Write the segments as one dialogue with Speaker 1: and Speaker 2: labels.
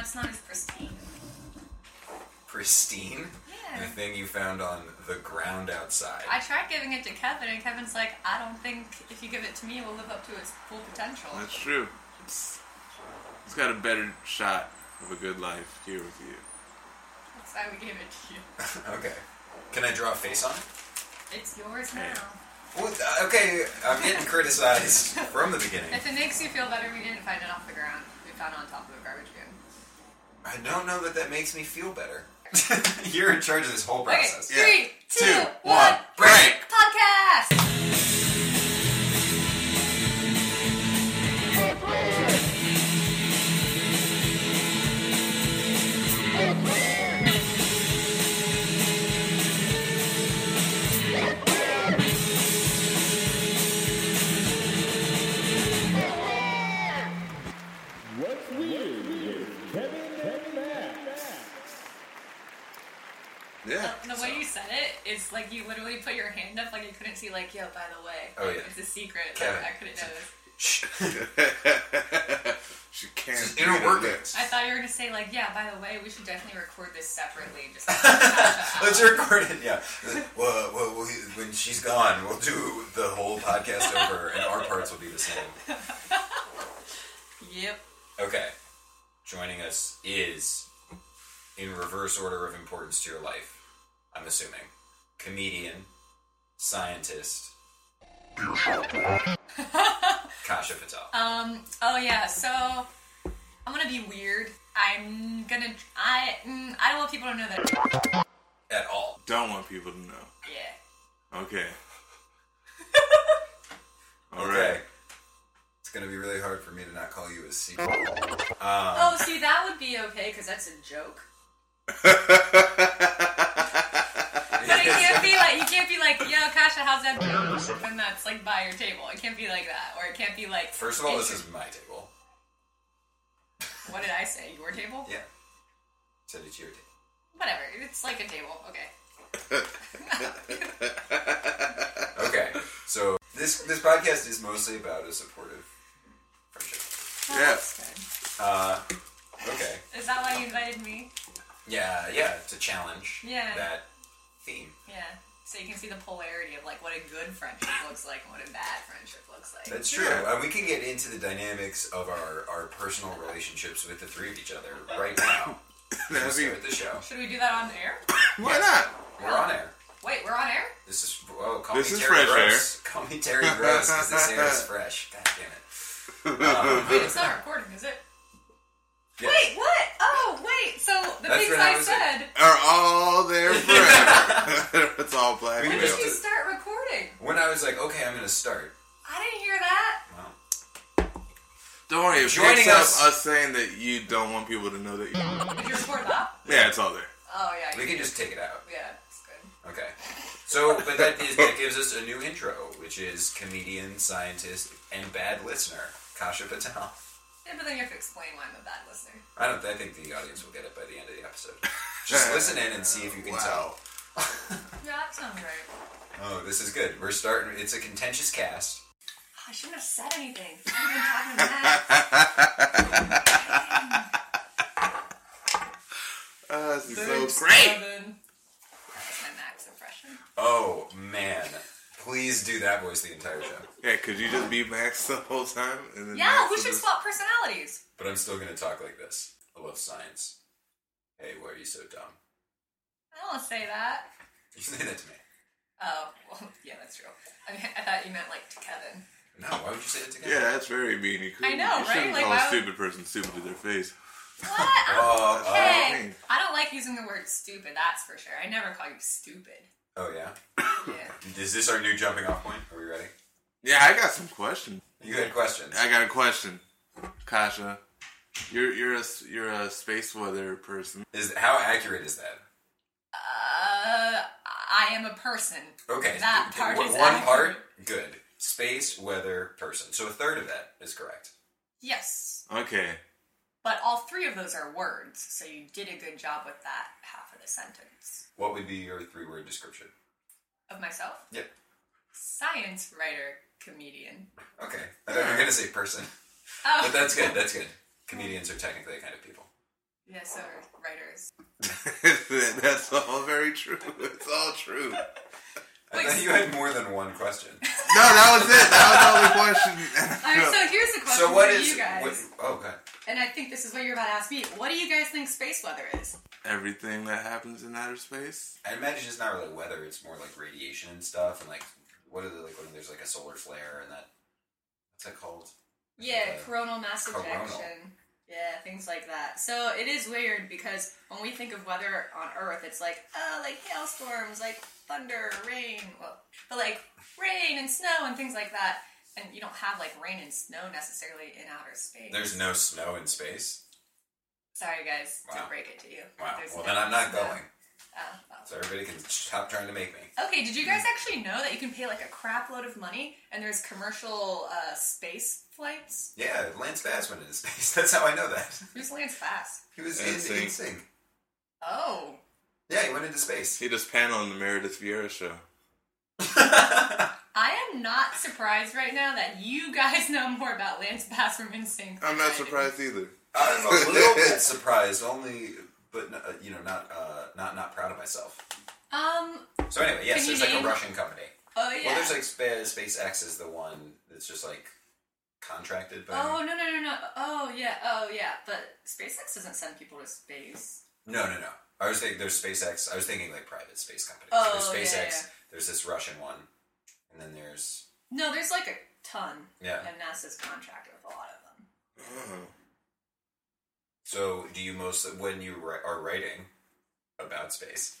Speaker 1: it's not as pristine.
Speaker 2: Pristine. The
Speaker 1: Yeah.
Speaker 2: thing you found on the ground outside.
Speaker 1: I tried giving it to Kevin, and Kevin's like, I don't think if you give it to me, it will live up to its full potential.
Speaker 3: That's true. It's, it's got a better shot of a good life here with you.
Speaker 1: That's why we gave it to you.
Speaker 2: okay. Can I draw a face on it?
Speaker 1: It's yours
Speaker 3: Yeah.
Speaker 1: now.
Speaker 2: Well, uh, okay, I'm getting criticized from the beginning.
Speaker 1: If it makes you feel better, we didn't find it off the ground. We found it on top of a garbage bin.
Speaker 2: I don't know that that makes me feel better. You're in charge of this whole process.
Speaker 1: Okay, three, two, one,
Speaker 3: Two, one, break.
Speaker 1: Podcast.
Speaker 4: What's weird with Kevin and Max?
Speaker 3: Yeah.
Speaker 1: The, the way you said it is like you literally put your hand up, like you couldn't see. Like, yo, by the way,
Speaker 2: Oh, yeah.
Speaker 1: it's a secret. like,
Speaker 2: Kevin.
Speaker 1: I couldn't notice.
Speaker 2: Shh.
Speaker 3: she
Speaker 2: This
Speaker 3: can't.
Speaker 2: is inner
Speaker 3: do
Speaker 2: workings.
Speaker 1: I thought you were gonna say like, yeah, by the way, we should definitely record this separately. Just
Speaker 2: Let's record it. Yeah. Well, well, well, he- when she's gone, we'll do the whole podcast over, and our parts will be the same.
Speaker 1: yep.
Speaker 2: Okay. Joining us is, in reverse order of importance to your life, I'm assuming, comedian, scientist, Kasha Patel.
Speaker 1: Um. Oh yeah. So I'm gonna be weird. I'm gonna. I. Mm, I don't want people to know that.
Speaker 2: At all.
Speaker 3: Don't want people to know.
Speaker 1: Yeah.
Speaker 3: Okay. All right.
Speaker 2: Okay. It's gonna be really hard for me to not call you a sequel. Um,
Speaker 1: Oh, see, that would be okay because that's a joke. But it can't be like you can't be like, yo, Kasha, how's that? joke?" And that's like by your table. It can't be like that, or it can't be like.
Speaker 2: first of all, this is my table.
Speaker 1: What did I say? Your table?
Speaker 2: Yeah. Said it's your table.
Speaker 1: Whatever. It's like a table. Okay.
Speaker 2: Okay. So this this podcast is mostly about a supportive friendship.
Speaker 1: Well,
Speaker 3: Yeah.
Speaker 1: Oh, that's
Speaker 2: Uh, okay.
Speaker 1: good. Is that why you invited me?
Speaker 2: Yeah, yeah. To challenge
Speaker 1: Yeah.
Speaker 2: that theme.
Speaker 1: Yeah. So you can see the polarity of like what a good friendship looks like and what a bad friendship looks like.
Speaker 2: That's true.
Speaker 3: Yeah.
Speaker 2: Uh, we can get into the dynamics of our, our personal relationships with the three of each other right now.
Speaker 3: That'd be-
Speaker 2: Start the show.
Speaker 1: Should we do that on air?
Speaker 3: why not?
Speaker 2: We're on air.
Speaker 1: Wait, we're on air?
Speaker 2: This is oh, call
Speaker 3: This
Speaker 2: me
Speaker 3: is
Speaker 2: Terry
Speaker 3: fresh
Speaker 2: Gross. Call me Terry Gross because this air is fresh. God damn it. Um,
Speaker 1: Wait, it's not recording, is it?
Speaker 2: yeah.
Speaker 1: Wait, what? Oh, wait. So the
Speaker 2: That's
Speaker 1: things
Speaker 2: when I
Speaker 1: I
Speaker 2: was-
Speaker 1: said.
Speaker 3: Are all there forever. it's all black.
Speaker 2: We
Speaker 1: When
Speaker 2: can
Speaker 3: and
Speaker 1: did
Speaker 2: just-
Speaker 1: you start recording?
Speaker 2: When I was like, okay, I'm gonna start.
Speaker 1: I didn't hear that.
Speaker 2: Wow.
Speaker 3: Don't worry, it
Speaker 2: Joining
Speaker 3: picks up
Speaker 2: us-
Speaker 3: us. saying that you don't want people to know that you
Speaker 1: Did you record that?
Speaker 3: Yeah, it's all there.
Speaker 1: Oh yeah.
Speaker 2: We can just take it out.
Speaker 1: Yeah, it's good.
Speaker 2: Okay. So, but that is that gives us a new intro, which is comedian, scientist, and bad listener, Kasha Patel.
Speaker 1: Yeah, but then you have to explain why I'm a bad listener.
Speaker 2: I don't. I think the audience will get it by the end of the episode. Just listen in and see if you can
Speaker 3: Wow.
Speaker 2: tell.
Speaker 1: Yeah, that sounds right.
Speaker 2: Oh, this is good. We're starting. It's a contentious cast.
Speaker 1: Oh, I shouldn't have said anything. I shouldn't have been talking back.
Speaker 3: Uh, this is
Speaker 1: Thanks,
Speaker 3: so great.
Speaker 1: Kevin. That's my max impression.
Speaker 2: Oh man, please do that voice the entire show.
Speaker 3: Yeah, could you just be Max the whole time? And then
Speaker 1: Yeah,
Speaker 3: Max
Speaker 1: we
Speaker 3: will
Speaker 1: should
Speaker 3: just-
Speaker 1: swap personalities.
Speaker 2: But I'm still gonna talk like this. I love science. Hey, why are you so dumb?
Speaker 1: I don't want to say that.
Speaker 2: You say that to me.
Speaker 1: Oh, well, yeah, that's true. I mean, I thought you meant like to Kevin.
Speaker 2: No, why would you say it to
Speaker 3: Yeah,
Speaker 2: me?
Speaker 3: that's very mean. You could,
Speaker 1: I know,
Speaker 3: you
Speaker 1: right?
Speaker 3: shouldn't
Speaker 1: Like,
Speaker 3: call
Speaker 1: why
Speaker 3: a
Speaker 1: would-
Speaker 3: stupid person stupid to their face.
Speaker 1: What? I don't-
Speaker 2: Oh, oh,
Speaker 3: I
Speaker 1: Hey,
Speaker 3: mean-
Speaker 1: I don't like using the word stupid. That's for sure. I never call you stupid. Uh,
Speaker 2: oh yeah.
Speaker 1: Yeah.
Speaker 2: Is this our new jumping off point? Are we ready?
Speaker 3: Yeah, I got some questions.
Speaker 2: You had questions.
Speaker 3: I got a question, Kasha. You're you're a s- you're a space weather person.
Speaker 2: Is how accurate is that?
Speaker 1: Uh, I am a person.
Speaker 2: Okay,
Speaker 1: That part
Speaker 2: one,
Speaker 1: is
Speaker 2: one
Speaker 1: accurate.
Speaker 2: part good. Space, weather, person. So a third of that is correct.
Speaker 1: Yes,
Speaker 3: Okay,
Speaker 1: but all three of those are words, so you did a good job with that half of the sentence.
Speaker 2: What would be your three-word description?
Speaker 1: Of myself,
Speaker 2: Yeah.
Speaker 1: science writer, comedian.
Speaker 2: Okay. I thought you were gonna say person,
Speaker 1: Oh,
Speaker 2: but that's good. That's good. Comedians are technically a kind of people.
Speaker 1: Yeah, so are writers.
Speaker 3: That's all very true. It's all true. No,
Speaker 2: I thought you had more than one question.
Speaker 3: that was it. That was
Speaker 1: All right,
Speaker 3: the only question.
Speaker 1: so here's the question
Speaker 2: so what
Speaker 1: for
Speaker 2: is?
Speaker 1: you guys,
Speaker 2: What, oh god.
Speaker 1: and I think this is what you're about to ask me. What do you guys think space weather is?
Speaker 3: Everything that happens in outer space.
Speaker 2: I imagine it's not really weather; it's more like radiation and stuff, and like what are the like when there's like a solar flare and that what's that called?
Speaker 1: Yeah,
Speaker 2: Uh,
Speaker 1: coronal mass
Speaker 2: coronal.
Speaker 1: ejection. Yeah, things like that. So it is weird because when we think of weather on Earth, it's like, oh, like hailstorms, like thunder, rain, well, but like rain and snow and things like that. And you don't have like rain and snow necessarily in outer space.
Speaker 2: There's no snow in space.
Speaker 1: Sorry, guys,
Speaker 2: Wow.
Speaker 1: to break it to you.
Speaker 2: Wow.
Speaker 1: There's
Speaker 2: well,
Speaker 1: no
Speaker 2: then I'm not
Speaker 1: snow.
Speaker 2: going.
Speaker 1: Oh, well.
Speaker 2: So everybody can stop trying to make me.
Speaker 1: Okay, did you guys actually know that you can pay like a crap load of money and there's commercial uh, space flights?
Speaker 2: Yeah, Lance Bass went into space. That's how I know that.
Speaker 1: Who's lands fast?
Speaker 2: He was
Speaker 3: In
Speaker 2: in
Speaker 3: Sync.
Speaker 2: in sync.
Speaker 1: Oh.
Speaker 2: Yeah, he went into space.
Speaker 3: He just panel on the Meredith Vieira show.
Speaker 1: I am not surprised right now that you guys know more about Lance Bass from NSYNC.
Speaker 3: I'm not surprised either.
Speaker 2: I'm a little bit surprised, only, but uh, you know, not uh, not not proud of myself.
Speaker 1: Um.
Speaker 2: So anyway, yes,
Speaker 1: Can you
Speaker 2: there's like
Speaker 1: name-
Speaker 2: a Russian company.
Speaker 1: Oh yeah.
Speaker 2: Well, there's like Spa- SpaceX is the one that's just like contracted by.
Speaker 1: oh no no no no. Oh yeah. Oh yeah. But SpaceX doesn't send people to space.
Speaker 2: No, no, no. I was thinking there's SpaceX. I was thinking like private space companies.
Speaker 1: Oh, yeah,
Speaker 2: there's SpaceX.
Speaker 1: yeah.
Speaker 2: There's this Russian one, and then there's
Speaker 1: No, there's like a ton.
Speaker 2: Yeah.
Speaker 1: And NASA's contracted with a lot of them.
Speaker 3: Uh-huh.
Speaker 2: So, do you most when you ri- are writing about space,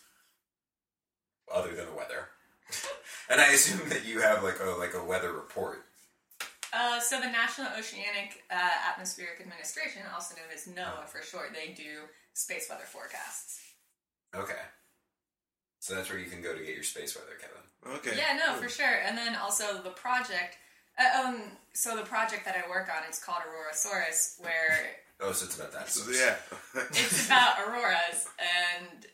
Speaker 2: other than the weather, and I assume that you have like a like a weather report.
Speaker 1: Uh, so the National Oceanic uh, Atmospheric Administration, also known as NOAA for short, they do space weather forecasts.
Speaker 2: Okay, so that's where you can go to get your space weather, Kevin.
Speaker 3: Okay.
Speaker 1: Yeah, no, for sure. And then also the project. Uh, um, so the project that I work on is called Aurora Saurus, where
Speaker 2: Oh, so it's about that.
Speaker 3: So, yeah.
Speaker 1: it's about auroras, and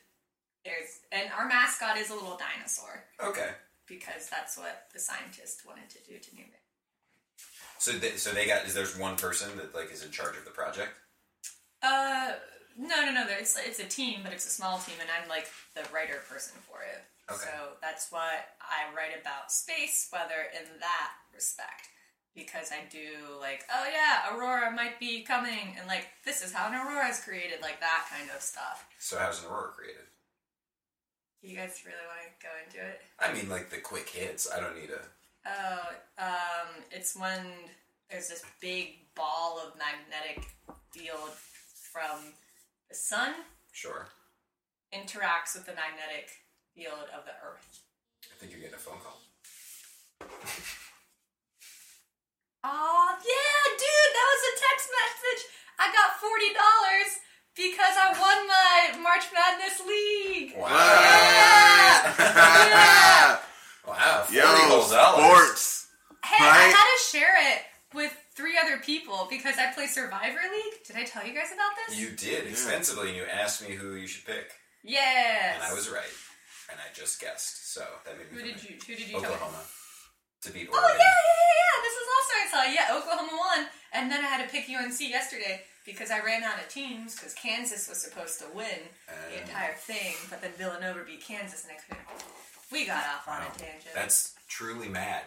Speaker 1: there's and our mascot is a little dinosaur
Speaker 2: Okay.
Speaker 1: because that's what the scientist wanted to do to name it.
Speaker 2: So, they, so they got is there's one person that like is in charge of the project.
Speaker 1: Uh, no, no, no. there- It's it's a team, but it's a small team, and I'm like the writer person for it.
Speaker 2: Okay.
Speaker 1: So that's why I write about space weather in that respect. Because I do like, oh yeah, aurora might be coming, and like this is how an aurora is created, like that kind of stuff.
Speaker 2: So, how's an aurora created?
Speaker 1: You guys really want to go into it?
Speaker 2: I mean, like the quick hits. I don't need a.
Speaker 1: Oh, um, it's when there's this big ball of magnetic field from the sun
Speaker 2: Sure.
Speaker 1: interacts with the magnetic field of the earth.
Speaker 2: I think you're getting a phone call.
Speaker 1: Aw, yeah, dude, that was a text message. I got forty dollars because I won my March Madness League. Yeah.
Speaker 2: Wow. wow. Forty
Speaker 3: Yo,
Speaker 2: whole dollars.
Speaker 3: sports.
Speaker 1: Hey, I
Speaker 3: Right?
Speaker 1: had to share it with three other people because I play Survivor League. Did I tell you guys about this?
Speaker 2: You did extensively, and you asked me who you should pick,
Speaker 1: yes.
Speaker 2: and I was right, and I just guessed. So that made me.
Speaker 1: Who did
Speaker 2: feel
Speaker 1: you? Who did you
Speaker 2: good.
Speaker 1: tell? me?
Speaker 2: Oklahoma to beat
Speaker 1: Oh
Speaker 2: Oregon.
Speaker 1: yeah, yeah, yeah, yeah. This is also I saw. Yeah, Oklahoma won, and then I had to pick UNC yesterday because I ran out of teams because Kansas was supposed to win the
Speaker 2: Um.
Speaker 1: entire thing, but then Villanova beat Kansas, and I couldn't. We got off on
Speaker 2: Wow.
Speaker 1: a tangent.
Speaker 2: That's truly mad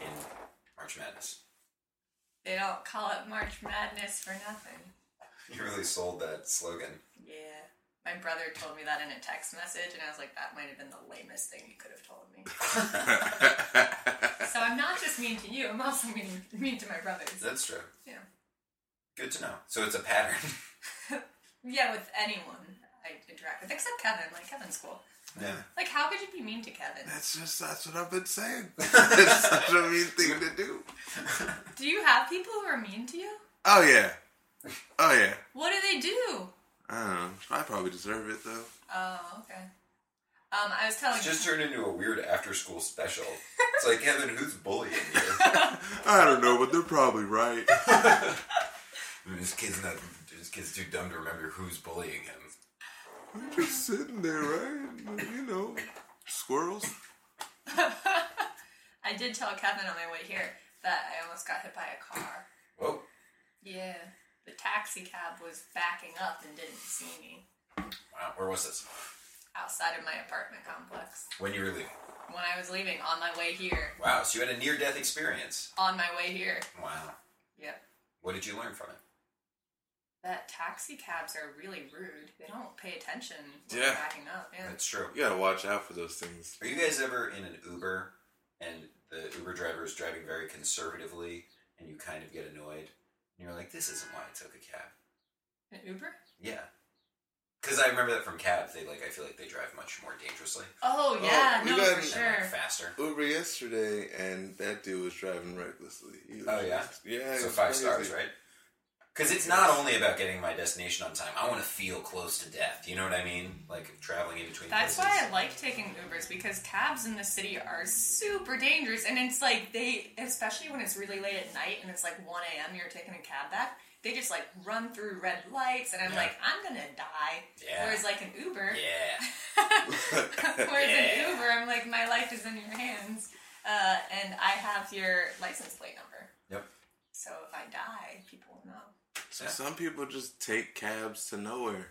Speaker 2: in March Madness.
Speaker 1: They don't call it March Madness for nothing.
Speaker 2: You really sold that slogan.
Speaker 1: Yeah. My brother told me that in a text message, and I was like, that might have been the lamest thing you could have told me. so I'm not just mean to you, I'm also mean, mean to my brothers.
Speaker 2: That's true.
Speaker 1: Yeah.
Speaker 2: Good to know. So it's a pattern.
Speaker 1: Yeah, with anyone I interact with, except Kevin. Like, Kevin's cool.
Speaker 2: yeah.
Speaker 1: Like, how could you be mean to Kevin?
Speaker 3: That's just that's what I've been saying. it's such a mean thing to do.
Speaker 1: Do you have people who are mean to you?
Speaker 3: Oh yeah. Oh yeah.
Speaker 1: What do they do?
Speaker 3: I don't know. I probably deserve it though.
Speaker 1: Oh, okay. Um, I was telling
Speaker 2: It's just turned into a weird after-school special. It's like Kevin, who's bullying you?
Speaker 3: I don't know, but they're probably right.
Speaker 2: this kid's not. This kid's too dumb to remember who's bullying him.
Speaker 3: I'm just sitting there, right? You know, squirrels.
Speaker 1: I did tell Kevin on my way here that I almost got hit by a car.
Speaker 2: Whoa.
Speaker 1: Yeah. The taxi cab was backing up and didn't see me
Speaker 2: Wow, where was this?
Speaker 1: outside of my apartment complex.
Speaker 2: When you were leaving?
Speaker 1: When I was leaving on my way here,
Speaker 2: Wow, so you had a near death experience.
Speaker 1: on my way here.
Speaker 2: Wow.
Speaker 1: Yep.
Speaker 2: What did you learn from it?
Speaker 1: That taxi cabs are really rude. They don't pay attention when
Speaker 3: Yeah.
Speaker 1: are backing up. Yeah.
Speaker 2: That's true.
Speaker 3: You gotta watch out for those things.
Speaker 2: Are you guys ever in an Uber and the Uber driver is driving very conservatively and you kind of get annoyed and you're like, this isn't why I took a cab?
Speaker 1: An Uber?
Speaker 2: Yeah. Because I remember that from cabs, they like, I feel like they drive much more dangerously
Speaker 1: Oh yeah,
Speaker 3: we
Speaker 1: no
Speaker 3: got
Speaker 1: for
Speaker 3: an-
Speaker 2: and like,
Speaker 1: sure.
Speaker 2: faster.
Speaker 3: Uber yesterday, and that dude was driving recklessly. He was
Speaker 2: Oh, yeah?
Speaker 3: just- yeah. it
Speaker 2: So
Speaker 3: was
Speaker 2: five
Speaker 3: crazy.
Speaker 2: stars, right? Because it's not only about getting my destination on time. I want to feel close to death. You know what I mean? Like traveling in between.
Speaker 1: That's
Speaker 2: places.
Speaker 1: why I like taking Ubers because cabs in the city are super dangerous, and it's like they, especially when it's really late at night and it's like 1 a.m. You're taking a cab back. They just like run through red lights, and I'm
Speaker 2: Yeah.
Speaker 1: like, I'm gonna die.
Speaker 2: Yeah.
Speaker 1: Whereas like an Uber,
Speaker 2: Yeah.
Speaker 1: whereas
Speaker 2: Yeah.
Speaker 1: an Uber, I'm like, my life is in your hands, uh, and I have your license plate number.
Speaker 2: Yep.
Speaker 1: So if I die, people will know.
Speaker 3: So some people just take cabs to nowhere.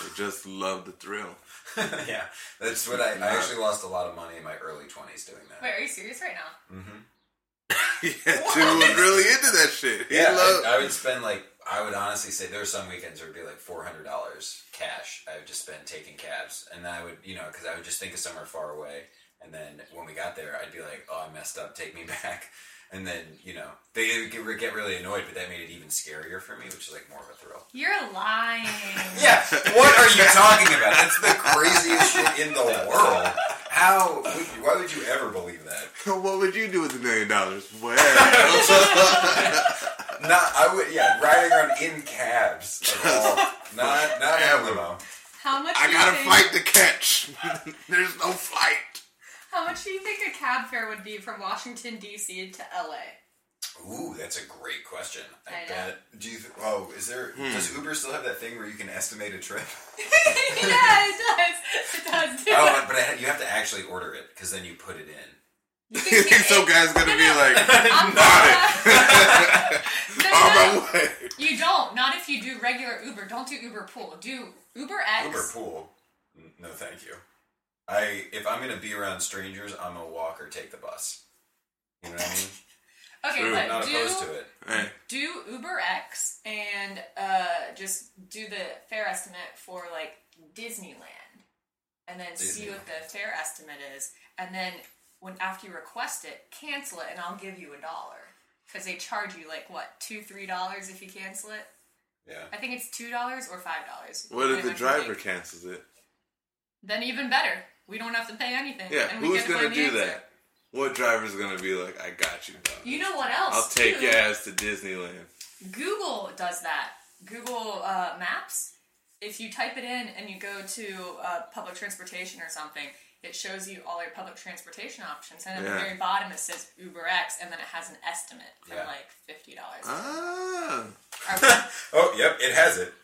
Speaker 3: They just love the thrill.
Speaker 2: yeah. That's what I, I actually lost a lot of money in my early 20s doing that. Mm-hmm.
Speaker 1: Wait, are you serious right now?
Speaker 3: yeah, dude was really into that shit. He
Speaker 2: Yeah,
Speaker 3: loved.
Speaker 2: I, I would spend like I would honestly say there were some weekends where it'd be like four hundred dollars cash. I would just spend taking cabs, and then I would you know because I would just think of somewhere far away, and then when we got there, I'd be like, oh, I messed up, take me back, and then you know they would get, get really annoyed, but that made it even scarier for me, which is like more of a thrill.
Speaker 1: You're lying.
Speaker 2: Yeah, what are you talking about? That's the craziest shit in the world. How? Would you, why would you ever believe that?
Speaker 3: what would you do with a million dollars? Well,
Speaker 2: Not I would. Yeah, riding around in cabs. at all. Not not in a limo.
Speaker 1: How much?
Speaker 3: I
Speaker 1: do you
Speaker 3: gotta
Speaker 1: think-
Speaker 3: fight the catch. There's no fight.
Speaker 1: How much do you think a cab fare would be from Washington D.C. to L.A.?
Speaker 2: Ooh, that's a great question. I,
Speaker 1: I know.
Speaker 2: bet. Do you? Th- oh, is there? Does Uber still have that thing where you can estimate a trip?
Speaker 1: yeah, it does. It does. Do
Speaker 2: oh, but I, you have to actually order it because then you put it in.
Speaker 1: You
Speaker 3: You
Speaker 1: can get
Speaker 3: think some
Speaker 1: it.
Speaker 3: guy's gonna be like,
Speaker 1: I'm
Speaker 3: got
Speaker 1: sorry. No, no,
Speaker 3: on
Speaker 1: no.
Speaker 3: my way?
Speaker 1: You don't. Not if you do regular Uber. Don't do Uber Pool. Do Uber X.
Speaker 2: Uber pool. N- No, thank you. I if I'm gonna be around strangers, I'm gonna walk or take the bus. You know what I
Speaker 1: Okay,
Speaker 2: mean?
Speaker 3: True.
Speaker 1: but
Speaker 2: I'm not
Speaker 1: do
Speaker 2: opposed to it.
Speaker 3: Hey,
Speaker 1: do Uber X and uh, just do the fare estimate for like Disneyland, and then see what the fare estimate is, and then when after you request it, cancel it, and I'll give you a dollar because they charge you like what two three dollars if you cancel it.
Speaker 2: Yeah.
Speaker 1: I think it's two dollars or five dollars.
Speaker 3: what if the driver cancels it?
Speaker 1: Then even better, we don't have to pay anything.
Speaker 3: Yeah,
Speaker 1: and we
Speaker 3: who's
Speaker 1: get to
Speaker 3: gonna
Speaker 1: blame the
Speaker 3: do
Speaker 1: answer.
Speaker 3: that? What driver's gonna be like, I got you, dog.
Speaker 1: You know what else?
Speaker 3: I'll take
Speaker 1: too?
Speaker 3: your ass to Disneyland.
Speaker 1: Google does that. Google uh, Maps. If you type it in and you go to uh, public transportation or something, it shows you all your public transportation options. And at
Speaker 3: Yeah.
Speaker 1: the very bottom, it says Uber X, and then it has an estimate for
Speaker 2: Yeah.
Speaker 1: like fifty dollars.
Speaker 3: Ah.
Speaker 2: Oh, yep. It has it.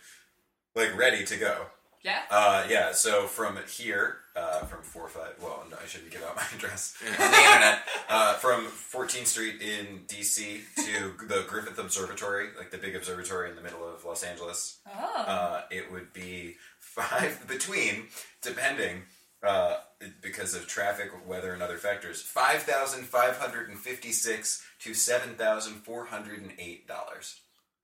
Speaker 2: Like ready to go.
Speaker 1: yeah.
Speaker 2: Uh, yeah, so from here, uh, from 4 5, well, no, I shouldn't give out my address on the internet. Uh, from 14th Street in DC to the Griffith Observatory, like the big observatory in the middle of Los Angeles,
Speaker 1: oh,
Speaker 2: uh, it would be five, between, depending, uh, because of traffic, weather, and other factors, $5,556 to $7,408.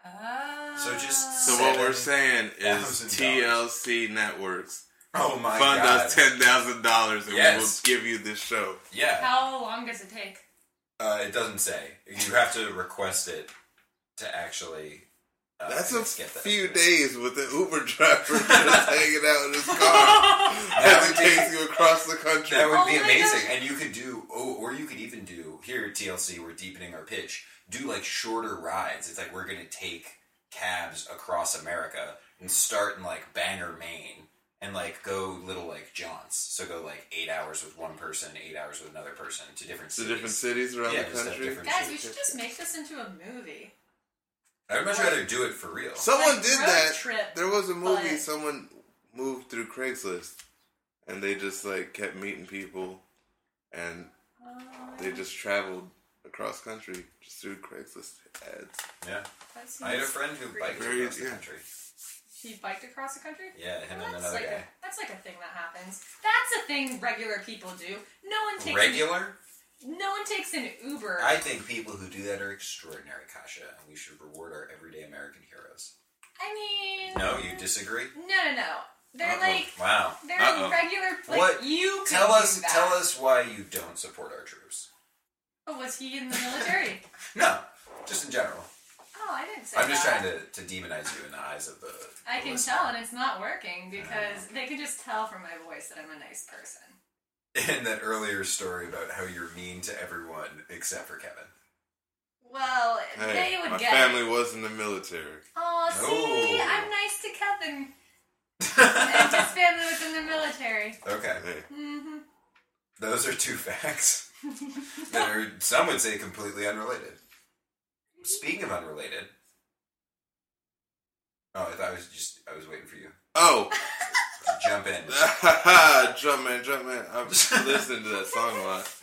Speaker 1: oh.
Speaker 2: So just.
Speaker 3: So what we're
Speaker 2: $7,000.
Speaker 3: saying is
Speaker 2: $7,000.
Speaker 3: TLC Networks
Speaker 2: Oh my
Speaker 3: fund
Speaker 2: god.
Speaker 3: us ten thousand dollars and
Speaker 2: Yes.
Speaker 3: we will give you this show.
Speaker 2: Yeah.
Speaker 1: how long does it take?
Speaker 2: Uh, it doesn't say. You have to request it to actually. Uh,
Speaker 3: That's
Speaker 2: I
Speaker 3: a
Speaker 2: guess, get that
Speaker 3: few
Speaker 2: estimate.
Speaker 3: days with the Uber driver just hanging out in his car as it
Speaker 2: would be-
Speaker 3: takes you across the country.
Speaker 2: That would
Speaker 1: Oh
Speaker 2: be
Speaker 1: my
Speaker 2: amazing,
Speaker 1: gosh.
Speaker 2: and you could do. Oh, or you could even do here at TLC. We're deepening our pitch. Do like shorter rides. It's like we're gonna take cabs across America and start in like Bangor, Maine, and like go little like jaunts. So go like eight hours with one person, eight hours with another person to different
Speaker 3: to
Speaker 2: cities.
Speaker 3: different cities around
Speaker 2: Yeah,
Speaker 3: the
Speaker 2: just have
Speaker 3: country.
Speaker 2: different-
Speaker 1: Guys, we should just make this into a movie.
Speaker 2: I would much rather do it for real.
Speaker 3: Someone
Speaker 1: Like
Speaker 3: did
Speaker 1: road
Speaker 3: that.
Speaker 1: trip,
Speaker 3: there was a movie.
Speaker 1: but-
Speaker 3: Someone moved through Craigslist, and
Speaker 1: Uh,
Speaker 3: they just like kept meeting people, and they just traveled cross country just through Craigslist ads.
Speaker 2: Yeah.
Speaker 1: That seems
Speaker 2: I had a friend who
Speaker 1: great.
Speaker 2: biked
Speaker 3: Very-
Speaker 2: across the
Speaker 3: yeah.
Speaker 2: country.
Speaker 1: He biked across the country?
Speaker 2: Yeah, him and
Speaker 1: That's
Speaker 2: another
Speaker 1: like, a,
Speaker 2: guy.
Speaker 1: that's like a thing that happens. That's a thing regular people do. No one takes
Speaker 2: Regular?
Speaker 1: no one takes an Uber.
Speaker 2: I think people who do that are extraordinary, Kasha, and we should reward our everyday American heroes.
Speaker 1: I mean
Speaker 2: No, you disagree?
Speaker 1: No no no. They're
Speaker 3: Uh-oh.
Speaker 1: like
Speaker 2: Wow.
Speaker 1: they're
Speaker 3: Uh-oh.
Speaker 1: regular like
Speaker 2: What?
Speaker 1: you could
Speaker 2: Tell
Speaker 1: do
Speaker 2: us,
Speaker 1: that.
Speaker 2: tell us why you don't support our troops.
Speaker 1: Oh, was he in the military?
Speaker 2: No, just in general.
Speaker 1: oh, I didn't say
Speaker 2: I'm just
Speaker 1: that.
Speaker 2: trying to, to demonize you in the eyes of the.
Speaker 1: I
Speaker 2: the
Speaker 1: can
Speaker 2: listener.
Speaker 1: tell, and it's not working
Speaker 2: Uh-huh.
Speaker 1: because they can just tell from my voice that I'm a nice person.
Speaker 2: And that earlier story about how you're mean to everyone except for Kevin.
Speaker 1: Well,
Speaker 3: Hey,
Speaker 1: they would
Speaker 3: my
Speaker 1: get.
Speaker 3: family was in the military.
Speaker 1: Oh, see,
Speaker 2: No.
Speaker 1: I'm nice to Kevin and his family was in the military.
Speaker 2: okay,
Speaker 3: Hey,
Speaker 1: hmm
Speaker 2: those are two facts that are some would say completely unrelated. Speaking of unrelated, oh, I thought I was just I was waiting for you
Speaker 3: oh,
Speaker 2: to jump in.
Speaker 3: jump man, jump man. I'm listening to that song a lot.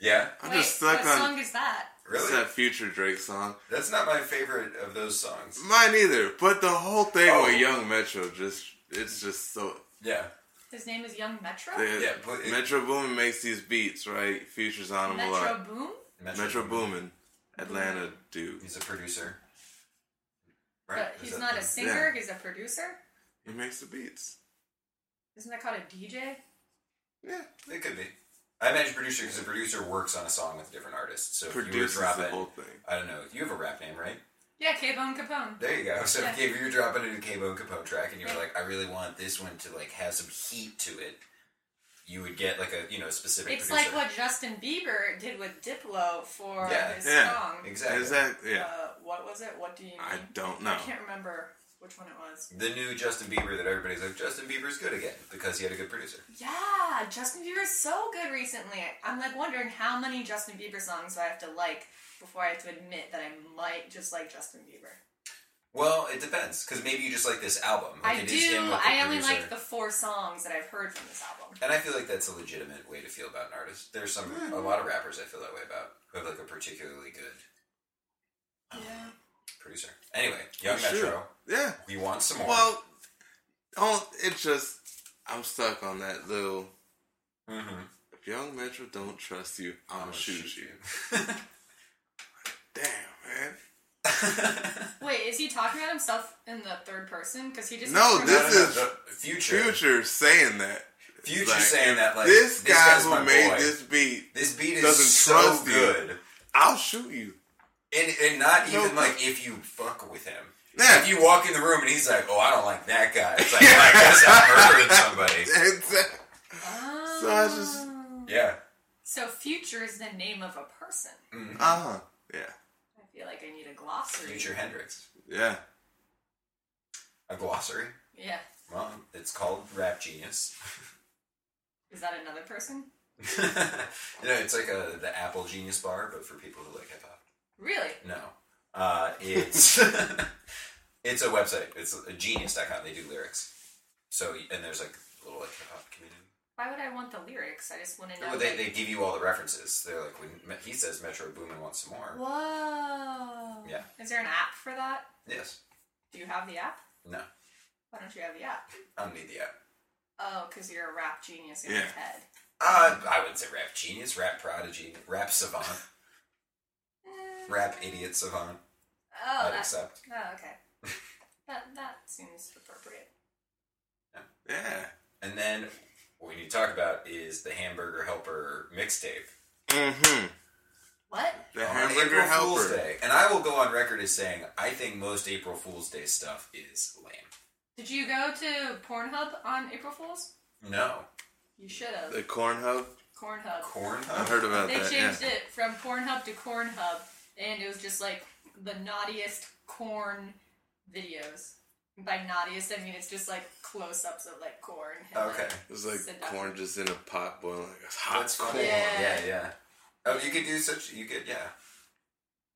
Speaker 2: Yeah,
Speaker 3: I'm
Speaker 1: Wait,
Speaker 3: just stuck
Speaker 1: what
Speaker 3: on
Speaker 1: song is that?
Speaker 3: it's
Speaker 2: really?
Speaker 3: that future Drake song.
Speaker 2: That's not my favorite of those songs.
Speaker 3: Mine either, but the whole thing
Speaker 2: Oh.
Speaker 3: with Young Metro just it's just so
Speaker 2: Yeah,
Speaker 1: His name is Young Metro.
Speaker 3: they-
Speaker 2: Yeah, but it-
Speaker 3: Metro Boomin makes these beats, right? Features on them a
Speaker 1: Metro
Speaker 3: lot.
Speaker 1: Boom.
Speaker 3: Metro Boomin, Atlanta dude.
Speaker 2: He's a producer.
Speaker 1: But
Speaker 2: Is
Speaker 1: he's
Speaker 2: that
Speaker 1: not
Speaker 2: the-
Speaker 1: a singer. He's a producer.
Speaker 3: He makes the beats.
Speaker 1: Isn't that called a DJ?
Speaker 3: Yeah.
Speaker 2: It could be. I imagine producer because a producer works on a song with a different artist. So if you were
Speaker 3: Produces the
Speaker 2: dropping,
Speaker 3: whole thing.
Speaker 2: I don't know. You have a rap name, right?
Speaker 1: Yeah, K Bone Capone.
Speaker 2: There you go. So
Speaker 1: Yeah.
Speaker 2: if you were dropping a new K-Bone Capone track and you were
Speaker 1: Yeah.
Speaker 2: like, I really want this one to like have some heat to it, you would get like a you know specific.
Speaker 1: It's
Speaker 2: producer.
Speaker 1: like what Justin Bieber did with Diplo for
Speaker 2: Yeah,
Speaker 1: his
Speaker 3: yeah,
Speaker 1: song.
Speaker 2: exactly.
Speaker 3: Is that yeah?
Speaker 1: Uh, what was it? What do you mean?
Speaker 3: I don't know.
Speaker 1: I can't remember which one it was.
Speaker 2: The new Justin Bieber that everybody's like, Justin Bieber's good again because he had a good producer.
Speaker 1: Yeah, Justin Bieber's so good recently. I'm like wondering how many Justin Bieber songs do I have to like before I have to admit that I might just like Justin Bieber.
Speaker 2: Well, it depends because maybe you just like this album. Like
Speaker 1: I
Speaker 2: it
Speaker 1: do.
Speaker 2: is him with the
Speaker 1: I only
Speaker 2: producer.
Speaker 1: like the four songs that I've heard from this album.
Speaker 2: And I feel like that's a legitimate way to feel about an artist. There's some
Speaker 3: Hmm.
Speaker 2: a lot of rappers I feel that way about who have like a particularly good Oh.
Speaker 1: Yeah.
Speaker 2: producer. Anyway, Young
Speaker 3: Sure.
Speaker 2: Metro,
Speaker 3: Yeah.
Speaker 2: we want some more.
Speaker 3: Well, don't. It's just I'm stuck on that little.
Speaker 2: mm-hmm.
Speaker 3: If Young Metro don't trust you, I'm gonna shoot you. Damn, man.
Speaker 1: Wait, is he talking about himself in the third person? Because he just
Speaker 3: No,
Speaker 2: No,
Speaker 3: This
Speaker 2: no, no,
Speaker 3: is
Speaker 2: the future. Future,
Speaker 3: Future saying that.
Speaker 2: saying that like
Speaker 3: this, guy
Speaker 2: guy's
Speaker 3: who
Speaker 2: my
Speaker 3: made
Speaker 2: boy.
Speaker 3: this beat,
Speaker 2: This beat is
Speaker 3: doesn't
Speaker 2: so
Speaker 3: trust you.
Speaker 2: good,
Speaker 3: I'll shoot you.
Speaker 2: and and not
Speaker 3: No.
Speaker 2: even like if you fuck with him.
Speaker 3: Yeah.
Speaker 2: If you walk in the room and he's like, "Oh, I don't like that guy," it's like, "I guess I murdered somebody."
Speaker 3: Exactly.
Speaker 1: Oh.
Speaker 3: So I just-
Speaker 2: Yeah.
Speaker 1: So future is the name of a person.
Speaker 2: Mhm.
Speaker 3: Uh huh. Yeah.
Speaker 1: I feel like I need a glossary.
Speaker 2: Future Hendrix,
Speaker 3: Yeah.
Speaker 2: a glossary.
Speaker 1: Yeah.
Speaker 2: Well, it's called Rap Genius.
Speaker 1: Is that another person?
Speaker 2: you know, it's like a the Apple Genius Bar, but for people who like hip hop.
Speaker 1: Really?
Speaker 2: No, uh, it's it's a website. It's a genius.com. They do lyrics. So and there's like a little like hip hop community.
Speaker 1: Why would I want the lyrics? I just want to know.
Speaker 2: Well, they,
Speaker 1: like-
Speaker 2: they give you all the references. They're like when Me- he says Metro Boomin wants some more.
Speaker 1: Whoa.
Speaker 2: Yeah.
Speaker 1: Is there an app for that?
Speaker 2: Yes.
Speaker 1: Do you have the app?
Speaker 2: No.
Speaker 1: Why don't you have the app?
Speaker 2: I don't need the app.
Speaker 1: Oh, because you're a rap genius in
Speaker 3: Yeah.
Speaker 1: your head.
Speaker 2: Uh, I wouldn't say rap genius, rap prodigy, rap savant,
Speaker 1: Mm.
Speaker 2: rap idiot savant.
Speaker 1: Oh,
Speaker 2: I'd
Speaker 1: that's
Speaker 2: accept.
Speaker 1: Oh, okay. that that seems appropriate.
Speaker 3: Yeah.
Speaker 2: And then what we need to talk about is the Hamburger Helper mixtape.
Speaker 3: Mm-hmm.
Speaker 1: What?
Speaker 3: The
Speaker 2: on
Speaker 3: hamburger
Speaker 2: Oh, April Fool's
Speaker 3: helper.
Speaker 2: Day. And I will go on record as saying I think most April Fool's Day stuff is lame.
Speaker 1: Did you go to Pornhub on April Fools?
Speaker 2: No.
Speaker 1: You should have.
Speaker 3: The corn hub.
Speaker 1: Cornhub.
Speaker 2: Corn
Speaker 3: I heard about
Speaker 1: they
Speaker 3: that.
Speaker 1: changed
Speaker 3: yeah.
Speaker 1: it from Pornhub to Cornhub, and it was just like the naughtiest corn videos. By naughtiest, I mean it's just like close-ups of like corn. and, like-
Speaker 2: Okay.
Speaker 3: It was like
Speaker 1: Sit down.
Speaker 3: corn just in a pot boiling. Like, it's hot
Speaker 2: That's
Speaker 3: corn.
Speaker 2: cool. Yeah. yeah,
Speaker 1: Yeah.
Speaker 2: Oh, you could do such. You could, yeah.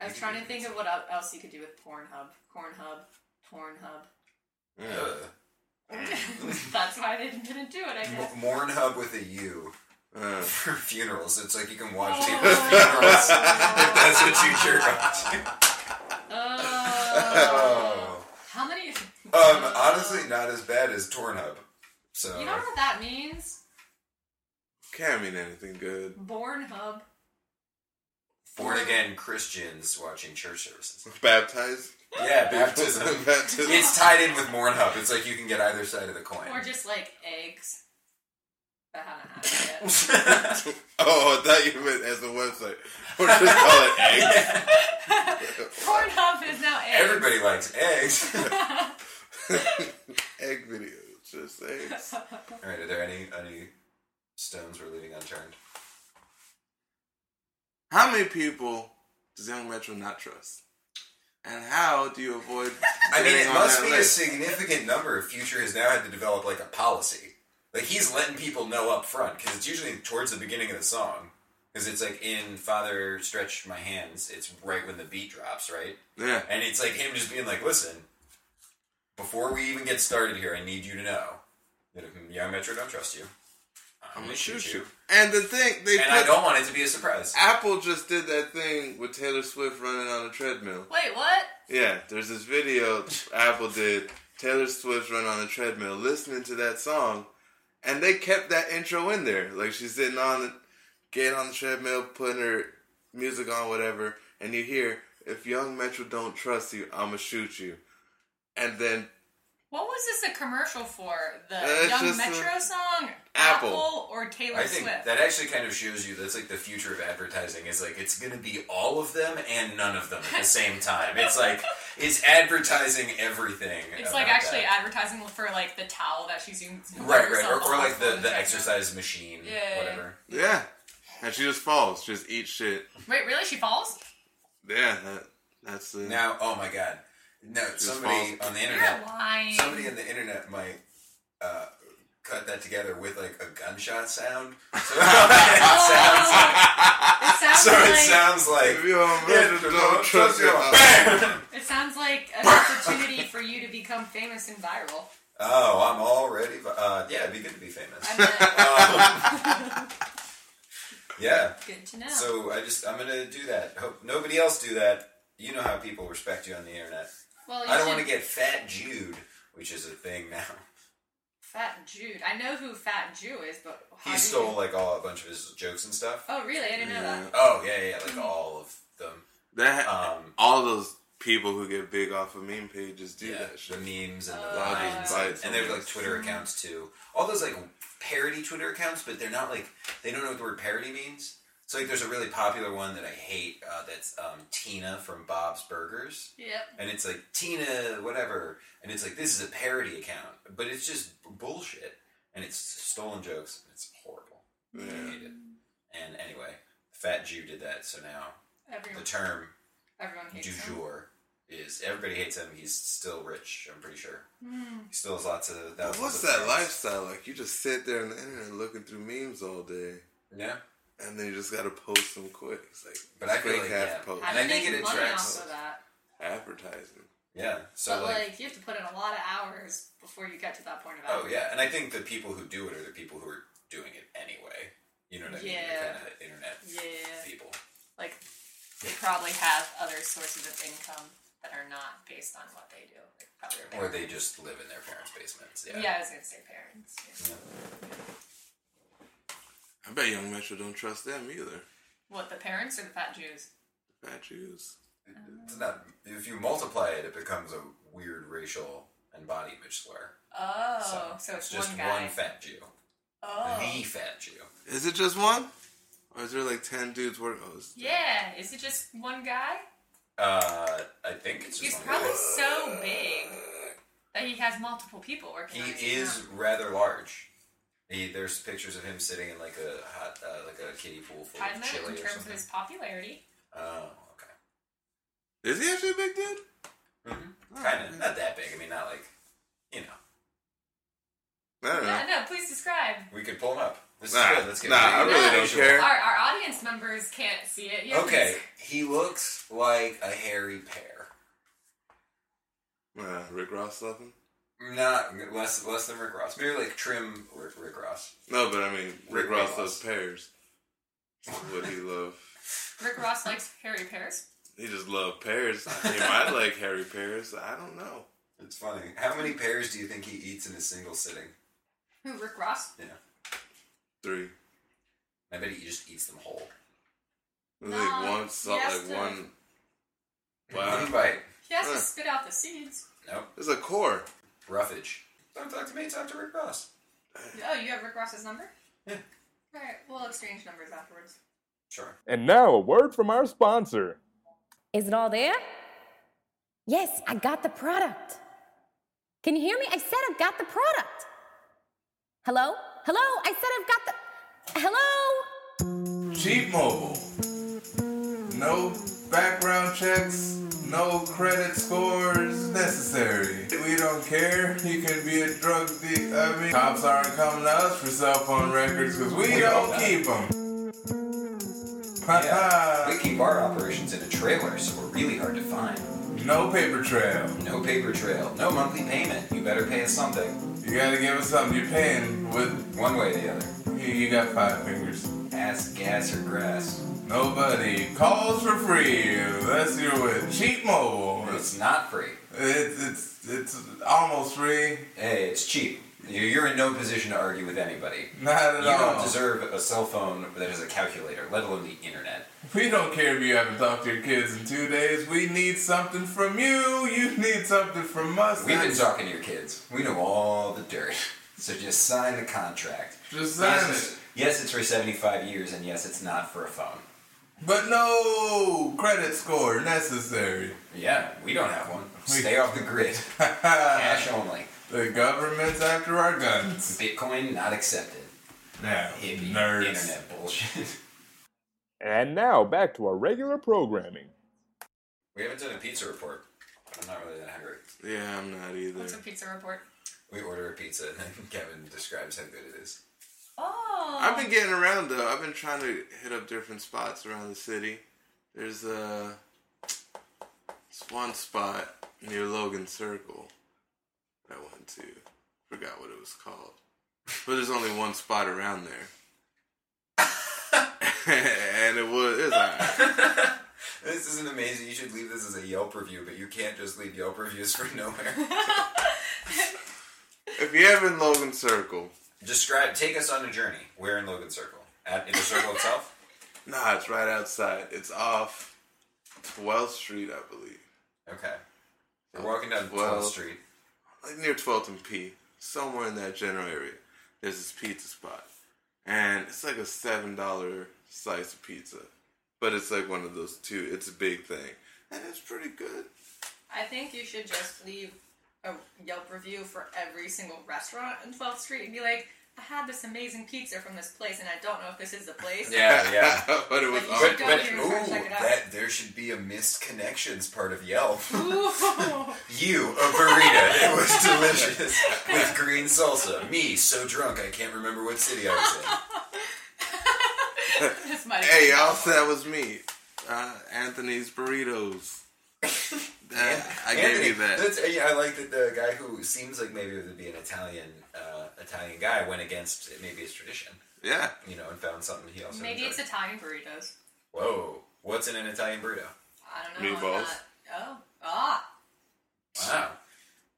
Speaker 1: I was trying to think of what el- else you could do with Pornhub. Cornhub. Pornhub.
Speaker 3: Yeah.
Speaker 2: Ugh.
Speaker 1: That's why they didn't do it, I guess.
Speaker 2: M- Morn Hub with a U.
Speaker 3: Uh,
Speaker 2: for funerals. It's like you can watch
Speaker 1: Oh.
Speaker 2: people's funerals. if that's what you jerk off to.
Speaker 1: Oh. How many?
Speaker 2: Um, honestly, not as bad as Pornhub. So
Speaker 1: You know what that means?
Speaker 3: can't mean anything good.
Speaker 1: Born hub.
Speaker 2: born again Christians watching church services.
Speaker 3: Baptized.
Speaker 2: Yeah, baptism.
Speaker 3: Baptism.
Speaker 2: it's tied in with Pornhub. It's like you can get either side of the coin.
Speaker 1: Or just like eggs. That haven't happened yet.
Speaker 3: Oh, I thought you meant as a website. Or just call it eggs.
Speaker 1: Born hub is now eggs.
Speaker 2: Everybody likes eggs.
Speaker 3: Egg videos. Just eggs.
Speaker 2: All right, are there any any stones we're leaving unturned?
Speaker 3: How many people does Young Metro not trust? And how do you avoid?
Speaker 2: I mean,
Speaker 3: getting
Speaker 2: it
Speaker 3: on
Speaker 2: must
Speaker 3: that
Speaker 2: be a
Speaker 3: list?
Speaker 2: significant number. Future has now had to develop like a policy. Like he's letting people know up front because it's usually towards the beginning of the song. Because it's like in Father Stretch My Hands, it's right when the beat drops, right?
Speaker 3: Yeah.
Speaker 2: And it's like him just being like, listen, before we even get started here, I need you to know that if Young Metro don't trust you, I'm,
Speaker 3: I'm
Speaker 2: going
Speaker 3: gonna
Speaker 2: to shoot you.
Speaker 3: And the thing they
Speaker 2: And
Speaker 3: put,
Speaker 2: I don't want it to be a surprise.
Speaker 3: Apple just did that thing with Taylor Swift running on a treadmill.
Speaker 1: Wait, what?
Speaker 3: Yeah, there's this video Apple did Taylor Swift running on a treadmill, listening to that song, and they kept that intro in there. Like she's sitting on the getting on the treadmill, putting her music on, whatever, and you hear, "If Young Metro don't trust you, I'ma shoot you," and then
Speaker 1: What was this a commercial for? The
Speaker 2: Uh,
Speaker 3: it's
Speaker 1: Young
Speaker 3: just
Speaker 1: Metro
Speaker 3: a-
Speaker 1: song?
Speaker 3: Apple.
Speaker 1: or Taylor
Speaker 2: I think
Speaker 1: Swift?
Speaker 2: that actually kind of shows you that's like the future of advertising is like it's going to be all of them and none of them at the same time. It's like it's advertising everything.
Speaker 1: it's like
Speaker 2: about
Speaker 1: actually
Speaker 2: that.
Speaker 1: advertising for like the towel that she's using. to wipe
Speaker 2: right, right, or,
Speaker 1: herself
Speaker 2: or
Speaker 1: off
Speaker 2: like
Speaker 1: on
Speaker 2: the the
Speaker 1: treadmill.
Speaker 2: exercise machine,
Speaker 1: Yeah, yeah, yeah.
Speaker 2: whatever.
Speaker 3: yeah, and she just falls, just eats shit.
Speaker 1: Wait, really? She falls?
Speaker 3: Yeah, that, that's the
Speaker 2: Now, oh my god, no! Somebody
Speaker 3: falls.
Speaker 2: on the
Speaker 1: You're
Speaker 2: internet
Speaker 1: lying.
Speaker 2: somebody on the internet might uh, cut that together with like a gunshot sound. So it
Speaker 1: it sounds
Speaker 2: sounds, so
Speaker 1: Oh, like
Speaker 2: it sounds like
Speaker 3: If Young
Speaker 2: yeah,
Speaker 3: Metro don't trust you,
Speaker 2: Bam!
Speaker 1: it sounds like an opportunity for you to become famous and viral.
Speaker 2: Oh, I'm already. Uh, yeah, it'd be good to be famous. Um,
Speaker 1: I'm gonna,
Speaker 2: Yeah.
Speaker 1: good to know.
Speaker 2: So I just I'm gonna do that. Hope nobody else do that. You know how people respect you on the internet.
Speaker 1: well, you
Speaker 2: I don't
Speaker 1: should-
Speaker 2: want to get Fat Jude, which is a thing now.
Speaker 1: Fat Jude. I know who Fat Jew is, but how
Speaker 2: He
Speaker 1: do
Speaker 2: stole
Speaker 1: You...
Speaker 2: like all a bunch of his jokes and stuff.
Speaker 1: Oh, really? I didn't know that.
Speaker 2: Oh yeah, yeah, yeah, like all of them.
Speaker 3: that
Speaker 2: Um,
Speaker 3: all those people who get big off of meme pages do
Speaker 2: yeah,
Speaker 3: that shit.
Speaker 2: the memes and the
Speaker 1: Oh.
Speaker 2: lines,
Speaker 3: Bobby
Speaker 2: and
Speaker 3: Bites
Speaker 2: there's
Speaker 3: on
Speaker 2: like
Speaker 3: this.
Speaker 2: Twitter accounts too. All those like parody Twitter accounts, but they're not like they don't know what the word parody means. So like, there's a really popular one that I hate. Uh, that's um, Tina from Bob's Burgers,
Speaker 1: Yep.
Speaker 2: and it's like Tina whatever, and it's like this is a parody account, but it's just bullshit, and it's stolen jokes, and it's horrible. I
Speaker 3: Yeah.
Speaker 2: hate it. And anyway, Fat Jew did that, so now the
Speaker 1: Everyone,
Speaker 2: term
Speaker 1: everyone hates
Speaker 2: du
Speaker 1: him.
Speaker 2: jour is everybody hates him. He's still rich. I'm pretty sure.
Speaker 1: Hmm.
Speaker 2: He still has lots of. thousands
Speaker 3: What's
Speaker 2: of
Speaker 3: that
Speaker 2: friends.
Speaker 3: lifestyle like? You just sit there on the internet looking through memes all day,
Speaker 2: Yeah,
Speaker 3: and then you just gotta post them quick. It's like,
Speaker 2: But I feel
Speaker 3: quick
Speaker 2: like,
Speaker 3: half
Speaker 2: yeah.
Speaker 3: post
Speaker 1: How
Speaker 2: And
Speaker 1: do
Speaker 2: I
Speaker 1: you
Speaker 2: think
Speaker 1: make
Speaker 2: it
Speaker 1: money
Speaker 2: attracts-
Speaker 1: off of that?
Speaker 3: advertising.
Speaker 2: yeah. So
Speaker 1: But
Speaker 2: like,
Speaker 1: like, you have to put in a lot of hours before you get to that point of
Speaker 2: oh
Speaker 1: hours.
Speaker 2: yeah, and I think the people who do it are the people who are doing it anyway. You know what I mean? They're
Speaker 1: Yeah.
Speaker 2: kind of internet
Speaker 1: Yeah.
Speaker 2: people.
Speaker 1: Like, they probably have other sources of income that are not based on what they do. Like, probably their
Speaker 2: Or
Speaker 1: parents.
Speaker 2: they just live in their parents' basements. Yeah.
Speaker 1: Yeah. I was gonna say parents. yeah.
Speaker 3: I bet Young Metro don't trust them either.
Speaker 1: What the parents or the fat Jews?
Speaker 3: Fat Jews.
Speaker 2: It's not. If you multiply it, it becomes a weird racial and body image slur.
Speaker 1: Oh, so,
Speaker 2: so,
Speaker 1: it's,
Speaker 2: just
Speaker 1: one guy.
Speaker 2: fat Jew.
Speaker 1: oh,
Speaker 2: The fat Jew.
Speaker 3: Is it just one? Or is there like 10 dudes working? Oh, it's-
Speaker 1: yeah. Is it just one guy?
Speaker 2: Uh, I think it's just
Speaker 1: He's
Speaker 2: one guy.
Speaker 1: probably so big that he has multiple people working. on his
Speaker 2: He is
Speaker 1: account.
Speaker 2: rather large. He, there's pictures of him sitting in like a hot, uh, like a kiddie pool full
Speaker 1: I
Speaker 2: of
Speaker 1: know in
Speaker 2: chili or
Speaker 1: terms of
Speaker 2: something.
Speaker 1: his popularity.
Speaker 2: Oh, okay.
Speaker 3: Is he actually a big dude? Oh,
Speaker 2: Kind of
Speaker 3: man.
Speaker 2: not that big. I mean, not like you know.
Speaker 3: I
Speaker 2: Uh-huh.
Speaker 3: don't know.
Speaker 1: Yeah, no, please describe.
Speaker 2: We could pull him up. This
Speaker 3: Nah,
Speaker 2: is good. Let's get.
Speaker 3: nah, I
Speaker 1: really don't
Speaker 2: visual.
Speaker 3: care.
Speaker 1: Our, our audience members can't see it. Yeah,
Speaker 2: Okay,
Speaker 1: please.
Speaker 2: he looks like a hairy pear.
Speaker 3: Uh, Rick Ross something?
Speaker 2: Not less less than Rick Ross. Maybe like trim Rick, Rick Ross.
Speaker 3: No, but I mean, Rick
Speaker 2: Rick
Speaker 3: Ross
Speaker 2: Ross.
Speaker 3: loves pears. What he love?
Speaker 1: Rick Ross likes hairy pears.
Speaker 3: He just loved pears. He might like Harry pears. I don't know.
Speaker 2: It's funny. How many pears do you think he eats in a single sitting?
Speaker 1: Who, Rick Ross?
Speaker 2: Yeah.
Speaker 3: Three.
Speaker 2: I bet he just eats them whole.
Speaker 3: It was
Speaker 1: No,
Speaker 3: like one
Speaker 1: he
Speaker 3: salt,
Speaker 1: has
Speaker 3: like
Speaker 1: to-
Speaker 3: one.
Speaker 2: One
Speaker 3: Wow,
Speaker 2: bite.
Speaker 1: He has
Speaker 3: Huh.
Speaker 1: to spit out the seeds.
Speaker 2: Nope.
Speaker 3: it's a core.
Speaker 2: Roughage. Don't talk to me. Talk to Rick Ross.
Speaker 1: Oh, you have Rick Ross's number?
Speaker 2: Uh. Yeah.
Speaker 1: Alright, we'll exchange numbers afterwards.
Speaker 2: Sure.
Speaker 4: And now a word from our sponsor.
Speaker 5: Is it all there? Yes, I got the product. Can you hear me? I said I've got the product. Hello? Hello? I said I've got the. Hello?
Speaker 3: Jeep Mobile. No background checks, no credit scores necessary. We don't care. You could be a drug dealer. I mean, cops aren't coming to us for cell phone records because we, don't
Speaker 2: don't.
Speaker 3: keep them.
Speaker 2: Yeah. we keep our operations in a trailer, so we're really hard to find.
Speaker 3: no paper trail.
Speaker 2: No paper trail. No monthly payment. You better pay us something.
Speaker 3: You gotta give us something. You're paying with.
Speaker 2: One way or the other.
Speaker 3: You you got five fingers.
Speaker 2: Ass, gas, or grass.
Speaker 3: Nobody calls for free unless you're with Cheap Mobile. It's,
Speaker 2: It's not free.
Speaker 3: it's, it's, it's almost free.
Speaker 2: Hey, it's cheap. You- You're in no position to argue with anybody.
Speaker 3: Not at
Speaker 2: You
Speaker 3: all.
Speaker 2: don't deserve a cell phone that is a calculator, let alone the internet.
Speaker 3: we don't care if you haven't talked to your kids in two days. We need something from you. You need something from us.
Speaker 2: We've been
Speaker 3: That's-
Speaker 2: talking to your kids. We know all the dirt. So just sign the contract.
Speaker 3: Just sign
Speaker 2: yes,
Speaker 3: it.
Speaker 2: Yes, it's for 75 years, and yes, it's not for a phone.
Speaker 3: But no credit score necessary.
Speaker 2: Yeah, we don't have one.
Speaker 3: We-
Speaker 2: Stay off the grid.
Speaker 3: the
Speaker 2: Cash only.
Speaker 3: government's after our guns.
Speaker 2: Bitcoin not accepted.
Speaker 3: Now,
Speaker 2: Hippie
Speaker 3: nerds.
Speaker 2: internet bullshit.
Speaker 4: And now back to our regular programming.
Speaker 2: we haven't done a pizza report. I'm not really that hungry.
Speaker 3: Yeah, I'm not either.
Speaker 1: What's a pizza report?
Speaker 2: We order a pizza, and then Kevin describes how good it is.
Speaker 1: Oh!
Speaker 3: I've been getting around though. I've been trying to hit up different spots around the city. There's uh, this one spot near Logan Circle that I went to. Forgot what it was called, but there's only one spot around there, and it was it's alright.
Speaker 2: This is an amazing. You should leave this as a Yelp review, but you can't just leave Yelp reviews for nowhere.
Speaker 3: If you're ever in Logan Circle,
Speaker 2: Describe. Take us on a journey. Where in Logan Circle? At in the circle itself.
Speaker 3: nah, it's right outside. It's off 12th Street, I believe,
Speaker 2: Okay. We're walking down 12th
Speaker 3: Well-
Speaker 2: Street.
Speaker 3: like near 12th and P, somewhere in that general area. There's this pizza spot, and it's like a seven dollar slice of pizza, but it's like one of those two. It's a big thing, and it's pretty good.
Speaker 1: I think you should just leave a Yelp review for every single restaurant on 12th Street and be like, I had this amazing pizza from this place, and I don't know if this is the place.
Speaker 2: Yeah, yeah.
Speaker 3: but it was
Speaker 1: But
Speaker 2: but
Speaker 1: Go
Speaker 2: but
Speaker 1: here and
Speaker 2: ooh,
Speaker 1: check it out.
Speaker 2: that there should be a missed connections part of Yelp.
Speaker 1: Ooh.
Speaker 2: you a burrito. it was delicious with green salsa. Me so drunk I can't remember what city I was in.
Speaker 1: this might have
Speaker 3: Hey, uh, y'all, that was me, uh, Anthony's Burritos. That- I gave you that.
Speaker 2: That's, uh, yeah, I like that the guy who seems like maybe it would be an Italian uh, Italian guy went against maybe his tradition,
Speaker 3: Yeah,
Speaker 2: you know, and found something he also
Speaker 1: Maybe it's
Speaker 2: enjoyed.
Speaker 1: Italian burritos.
Speaker 2: Whoa, what's in an Italian burrito?
Speaker 1: I don't know. I'm
Speaker 3: Meatballs.
Speaker 1: not- Oh. Ah.
Speaker 2: Wow,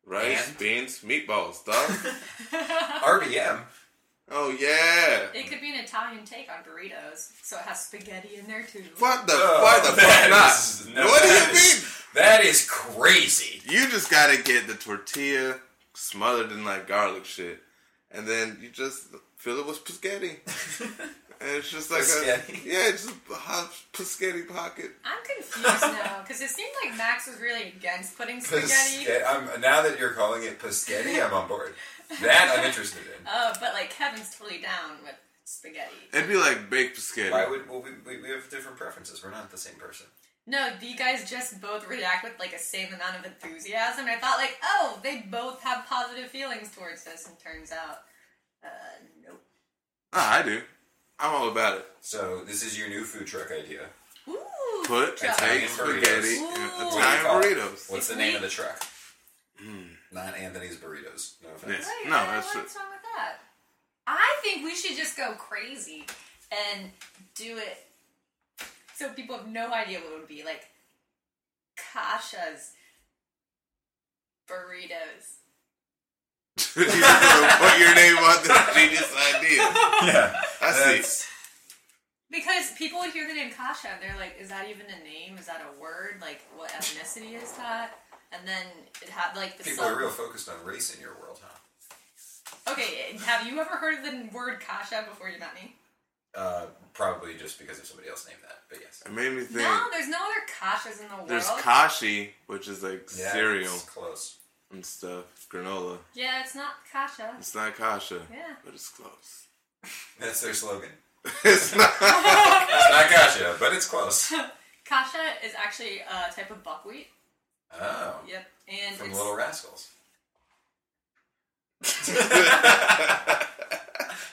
Speaker 3: rice,
Speaker 2: And?
Speaker 3: beans, meatballs, dog.
Speaker 2: RBM.
Speaker 3: oh yeah.
Speaker 1: It could be an Italian take on burritos, so it has spaghetti in there too.
Speaker 3: What the?
Speaker 2: Oh,
Speaker 3: why the
Speaker 2: that is-
Speaker 3: fuck not?
Speaker 2: no,
Speaker 3: what do you
Speaker 2: that is-
Speaker 3: mean?
Speaker 2: That is crazy.
Speaker 3: You just gotta get the tortilla smothered in like garlic shit, and then you just fill it with spaghetti. and it's just like
Speaker 2: Spaghetti?
Speaker 3: a yeah, it's just a hot spaghetti pocket.
Speaker 1: I'm confused now because it seemed like Max was really against putting spaghetti.
Speaker 2: Pasche- I'm, now that you're calling it paschetti, I'm on board. That I'm interested in.
Speaker 1: Oh, but like Kevin's totally down with spaghetti.
Speaker 3: It'd be like baked spaghetti.
Speaker 2: Why would well, we, we, we have different preferences? We're not the same person.
Speaker 1: No, you guys just both react with like a same amount of enthusiasm. I thought like, oh, they both have positive feelings towards this, and turns out, uh, nope.
Speaker 3: Ah, I do. I'm all about it.
Speaker 2: So this is your new food truck idea.
Speaker 1: Ooh,
Speaker 3: Put
Speaker 1: Yeah.
Speaker 2: Italian
Speaker 3: baked spaghetti
Speaker 2: burritos.
Speaker 3: in
Speaker 1: Ooh.
Speaker 2: What do you
Speaker 3: Italian
Speaker 2: call it?
Speaker 3: burritos.
Speaker 2: What's the
Speaker 1: If
Speaker 2: name
Speaker 1: we-
Speaker 2: of the truck? Not Anthony's burritos. No offense.
Speaker 3: Yes.
Speaker 1: Right,
Speaker 3: No,
Speaker 1: I don't know
Speaker 3: that's
Speaker 1: what's wrong with that? I think we should just go crazy and do it so people have no idea what it would be like. Kasha's burritos.
Speaker 3: You're gonna put your name on this genius idea.
Speaker 2: Yeah.
Speaker 3: I see.
Speaker 2: That's-
Speaker 1: Because people would hear the name Kasha and they're like, is that even a name? Is that a word? Like, what ethnicity is that? And then it had like the
Speaker 2: People are
Speaker 1: sub-
Speaker 2: real focused on race in your world, huh?
Speaker 1: Okay, have you ever heard the word Kasha before you met me?
Speaker 2: Uh, probably just because if somebody else named that, but yes.
Speaker 3: It made me think.
Speaker 1: No, there's no other Kashas in the world.
Speaker 3: There's Kashi, which is like
Speaker 2: Yeah,
Speaker 3: cereal
Speaker 2: it's close.
Speaker 3: and stuff, granola.
Speaker 1: yeah, it's not Kasha.
Speaker 3: It's not Kasha,
Speaker 1: Yeah.
Speaker 3: but it's close.
Speaker 2: That's their slogan.
Speaker 3: it's not.
Speaker 2: It's not gotcha, but it's close.
Speaker 1: Kasha is actually a type of buckwheat.
Speaker 2: Oh.
Speaker 1: Yep, and
Speaker 2: From
Speaker 1: it's,
Speaker 2: Little Rascals.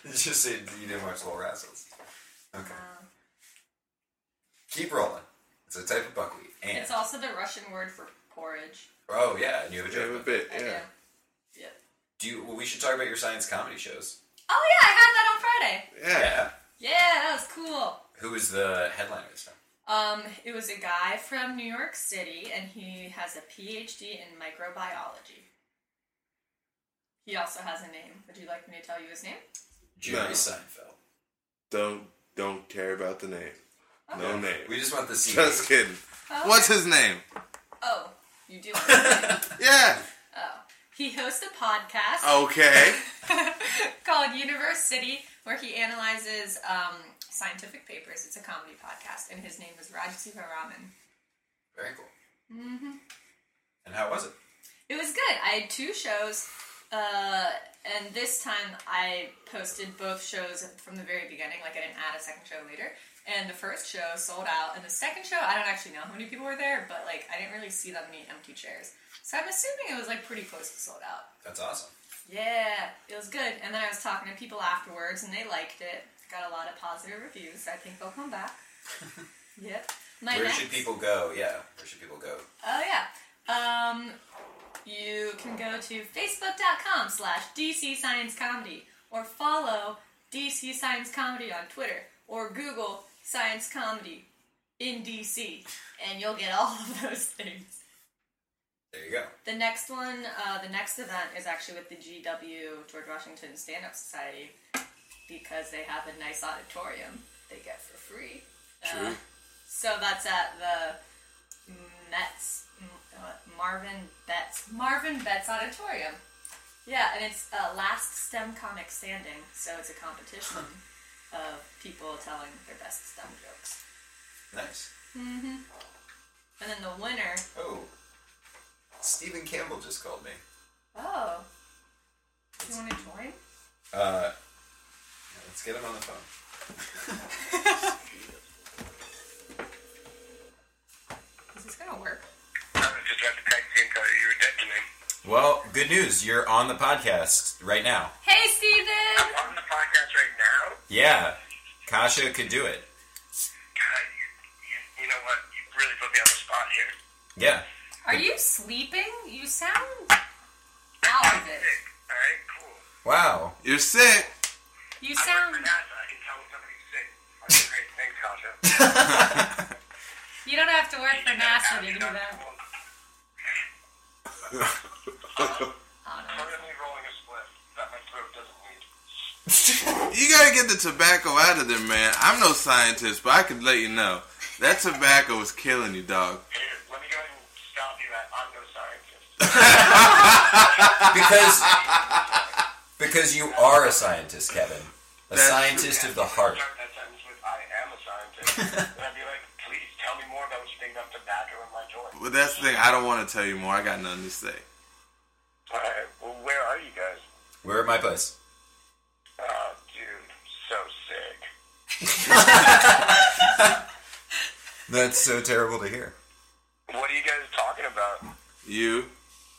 Speaker 2: You just said you didn't watch Little Rascals. Okay.
Speaker 1: um,
Speaker 2: Keep rolling. It's a type of buckwheat. And
Speaker 1: it's also the Russian word for porridge.
Speaker 2: oh yeah, and you have a
Speaker 3: You have a
Speaker 2: joke.
Speaker 3: bit,
Speaker 1: I do.
Speaker 3: yeah.
Speaker 1: Yep.
Speaker 2: Do you, well, we should talk about your science comedy shows.
Speaker 1: Oh yeah, I had that on Friday.
Speaker 3: Yeah.
Speaker 1: Yeah, that was cool.
Speaker 2: Who is the headliner this time?
Speaker 1: Um, it was a guy from New York City, and he has a PhD in microbiology. He also has a name. Would you like me to tell you his name?
Speaker 2: Jerry
Speaker 3: No.
Speaker 2: Seinfeld.
Speaker 3: Don't don't care about the name. No
Speaker 2: Yeah.
Speaker 3: name.
Speaker 2: We just want the CD.
Speaker 3: Just kidding.
Speaker 1: Oh,
Speaker 3: What's his name?
Speaker 1: Oh, you do. want his name.
Speaker 3: Yeah.
Speaker 1: oh, he hosts a podcast.
Speaker 3: Oh. Okay.
Speaker 1: called Universe City, where he analyzes um, scientific papers. It's a comedy podcast, and his name is Raj Raman.
Speaker 2: Very cool. Mm-hmm. And how was it?
Speaker 1: It was good. I had two shows, uh, and this time I posted both shows from the very beginning. Like I didn't add a second show later. And the first show sold out, and the second show I don't actually know how many people were there, but like I didn't really see that many empty chairs. So I'm assuming it was like pretty close to sold out.
Speaker 2: That's awesome.
Speaker 1: Yeah, it was good. And then I was talking to people afterwards, and they liked it. Got a lot of positive reviews. so I think they'll come back. yep. My
Speaker 2: Where
Speaker 1: next-
Speaker 2: should people go? Yeah, where should people go?
Speaker 1: Oh yeah. Um, you can go to facebook.com slash DC Science Comedy or follow DC Science Comedy on Twitter or Google Science Comedy in DC, and you'll get all of those things.
Speaker 2: There you go.
Speaker 1: The next one, uh, the next event is actually with the GW George Washington Stand Up Society because they have a nice auditorium they get for free. Uh,
Speaker 3: True.
Speaker 1: so that's at the Mets, M- uh, Marvin Betts, Marvin Betts Auditorium. Yeah, and it's uh, Last STEM Comic Standing, so it's a competition of people telling their best STEM jokes.
Speaker 2: Nice.
Speaker 1: And then the winner,
Speaker 2: Oh, Stephen Campbell just called me.
Speaker 1: oh, you want to join?
Speaker 2: Uh, let's get him on the phone.
Speaker 1: Is this gonna work?
Speaker 6: I just got the text in telling you you were texting me.
Speaker 2: Well, good news. You're on the podcast right now.
Speaker 1: Hey, Steven!
Speaker 6: I'm on the podcast right now.
Speaker 2: Yeah, Kasha could do it.
Speaker 6: God, you, you, you know what? You really put me on the spot here.
Speaker 2: Yeah.
Speaker 1: Are you sleeping? You sound out of it.
Speaker 6: Sick. All right, cool.
Speaker 2: Wow.
Speaker 3: You're sick.
Speaker 1: You
Speaker 6: I work
Speaker 1: sound.
Speaker 6: for NASA. I can tell when somebody's sick. Okay, great. Thanks, Kasha.
Speaker 1: You don't have to work for NASA to do
Speaker 6: You're not
Speaker 1: that.
Speaker 6: cool.
Speaker 1: Oh, no.
Speaker 6: Currently rolling a split that my throat doesn't need.
Speaker 3: You gotta get the tobacco out of there, man. I'm no scientist, but I can let you know that tobacco is killing you, dog.
Speaker 6: Here, let me go ahead and stop you at I'm no scientist.
Speaker 2: Because because you are a scientist, Kevin. A
Speaker 3: That's-
Speaker 2: scientist of the heart.
Speaker 6: Start that sentence with I am a scientist. and I'd be like, please tell me more about this thing about tobacco and my joint.
Speaker 3: But that's the thing. I don't want to tell you more. I got nothing to say.
Speaker 6: All right, well, where are you guys?
Speaker 2: We're at my place.
Speaker 6: Oh, dude, so sick.
Speaker 2: That's so terrible to hear.
Speaker 6: What are you guys talking about?
Speaker 3: You?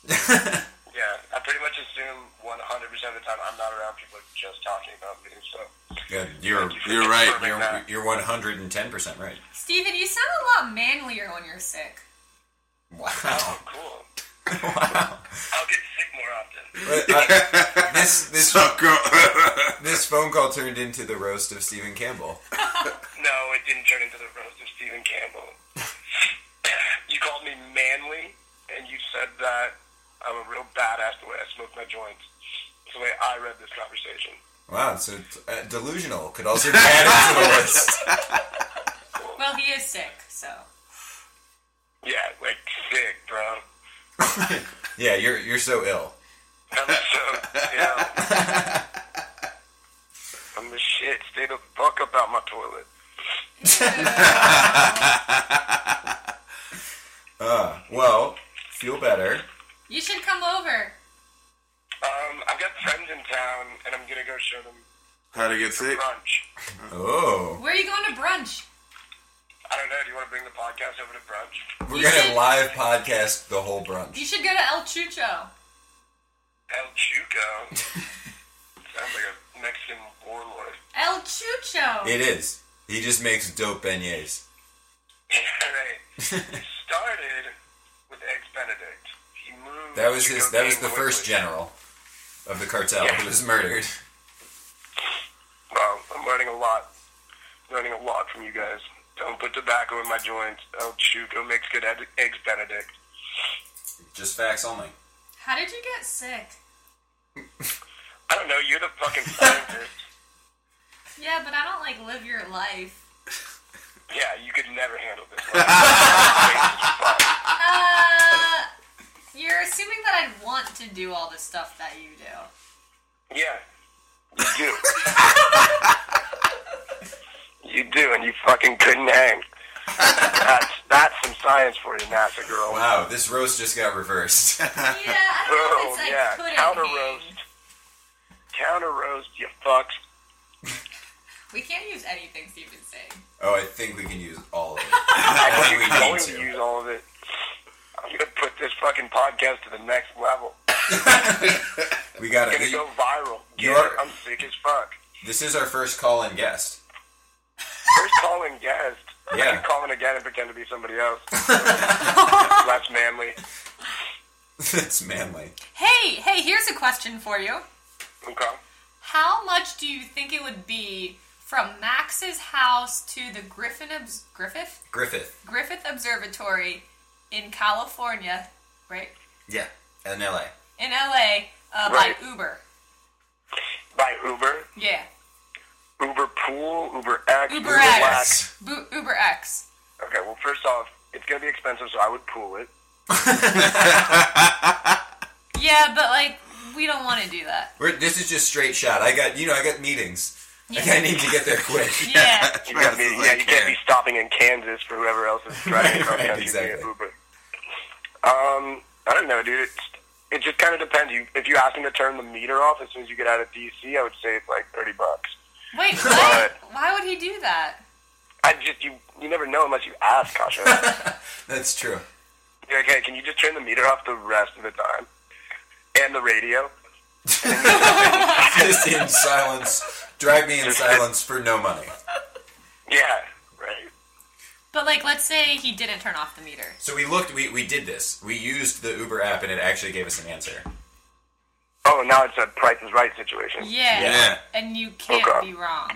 Speaker 6: Yeah, I pretty much assume 100% of the time I'm not around, people are just talking about me, so.
Speaker 2: Good. You're
Speaker 3: You're right.
Speaker 6: Perfect
Speaker 2: you're
Speaker 6: match.
Speaker 2: you're one hundred and ten percent right.
Speaker 1: Steven, you sound a lot manlier when you're sick.
Speaker 2: Wow.
Speaker 6: Oh, Cool.
Speaker 2: wow.
Speaker 6: I'll get sick more often.
Speaker 2: But, uh, this this
Speaker 3: Suck girl.
Speaker 2: this phone call turned into the roast of Stephen Campbell.
Speaker 6: No, it didn't turn into the roast of Stephen Campbell. you called me manly, and you said that I'm a real badass the way I smoke my joints. It's the way I read this conversation.
Speaker 2: Wow, so uh, delusional could also be added to the list.
Speaker 1: Well, he is sick, so.
Speaker 6: Yeah, like sick, bro.
Speaker 2: Yeah, you're you're so ill.
Speaker 6: I'm so, you know. I'm the shit. Stay the fuck about my toilet.
Speaker 2: Uh, Well, feel better.
Speaker 1: You should come over.
Speaker 6: Um, I've got friends in town, and I'm gonna go show them
Speaker 3: How to get sick?
Speaker 6: brunch.
Speaker 2: Oh,
Speaker 1: Where are you going to brunch?
Speaker 6: I don't know. Do you want to bring the podcast over to brunch?
Speaker 2: we're
Speaker 1: You
Speaker 2: gonna
Speaker 1: should-
Speaker 2: live podcast the whole brunch.
Speaker 1: You should go to El Chucho.
Speaker 6: El Chuco. Sounds like a Mexican warlord.
Speaker 1: El Chucho.
Speaker 2: It is. He just makes dope beignets.
Speaker 6: Alright. It started with Eggs Benedict. He moved.
Speaker 2: That was
Speaker 6: to
Speaker 2: his. That was the
Speaker 6: cocaine
Speaker 2: first
Speaker 6: quickly.
Speaker 2: general of the cartel who was murdered.
Speaker 6: Wow, I'm learning a lot. Learning a lot from you guys. Don't put tobacco in my joints. El Chuco makes good ed- Eggs Benedict.
Speaker 2: Just facts only.
Speaker 1: How did you get sick?
Speaker 6: I don't know. You're the fucking scientist.
Speaker 1: Yeah, but I don't like live your life.
Speaker 6: yeah, you could never handle this. One. I
Speaker 1: Uh, you're assuming that I'd want to do all the stuff that you do.
Speaker 6: think it's fun. Yeah, you do. you do, and you fucking couldn't hang. That's that's some science for you, NASA girl.
Speaker 2: Wow, this roast just got reversed.
Speaker 1: Yeah, I don't know if
Speaker 6: Oh
Speaker 1: it's I
Speaker 6: yeah,
Speaker 1: couldn't.
Speaker 6: counter
Speaker 1: hang.
Speaker 6: roast. Counter roast, you fucks.
Speaker 1: We can't use anything Steven's saying.
Speaker 2: oh, I think we can use all of it.
Speaker 6: I
Speaker 2: I
Speaker 6: think you're going
Speaker 2: think
Speaker 6: to
Speaker 2: we need
Speaker 6: use
Speaker 2: to.
Speaker 6: all of it. I'm gonna put this fucking podcast to the next level.
Speaker 2: We got
Speaker 6: It's gonna
Speaker 2: to
Speaker 6: go viral.
Speaker 2: you
Speaker 6: Get it?
Speaker 2: are-
Speaker 6: I'm sick as fuck.
Speaker 2: This is our first call-in guest.
Speaker 6: First calling guest.
Speaker 2: Yeah.
Speaker 6: I keep calling again and pretend to be somebody else. Less manly.
Speaker 2: That's manly.
Speaker 1: Hey, hey, here's a question for you.
Speaker 6: Okay.
Speaker 1: How much do you think it would be from Max's house to the Griffin Obs- Griffith
Speaker 2: Griffith.
Speaker 1: Griffith Observatory in California, right?
Speaker 2: Yeah, in L.A.
Speaker 1: In LA uh,
Speaker 6: Right.
Speaker 1: by Uber.
Speaker 6: By Uber.
Speaker 1: Yeah.
Speaker 6: Uber Pool, Uber X,
Speaker 1: Uber
Speaker 6: Black.
Speaker 1: X. Bu- Uber X.
Speaker 6: Okay, well first off, it's gonna be expensive, so I would pool it.
Speaker 1: Yeah, but like we don't want to do that.
Speaker 2: We're, this is just straight shot. I got you know I got meetings. Like, I need to get there quick.
Speaker 1: Yeah.
Speaker 6: You gotta
Speaker 3: Fast
Speaker 6: be,
Speaker 3: as I
Speaker 6: yeah, you can't
Speaker 3: can.
Speaker 6: be stopping in Kansas for whoever else is driving
Speaker 2: Right,
Speaker 6: across country
Speaker 2: exactly.
Speaker 6: via Uber. Um, I don't know, dude. It's, it just kind of depends. You, if you ask them to turn the meter off as soon as you get out of DC, I would say it's like thirty bucks.
Speaker 1: Wait, what? Why would he do that?
Speaker 6: I just you you never know unless you ask, Kasha.
Speaker 2: That's true.
Speaker 6: You're like, hey, can you just turn the meter off the rest of the time and the radio?
Speaker 2: Just in silence. Drive me in silence for no money.
Speaker 6: Yeah, right.
Speaker 1: But like, let's say he didn't turn off the meter.
Speaker 2: So we looked. We we did this. We used the Uber app, and it actually gave us an answer.
Speaker 6: Oh, now it's a Price is Right situation.
Speaker 1: Yeah.
Speaker 2: Yeah.
Speaker 1: And you can't
Speaker 6: Okay.
Speaker 1: be wrong.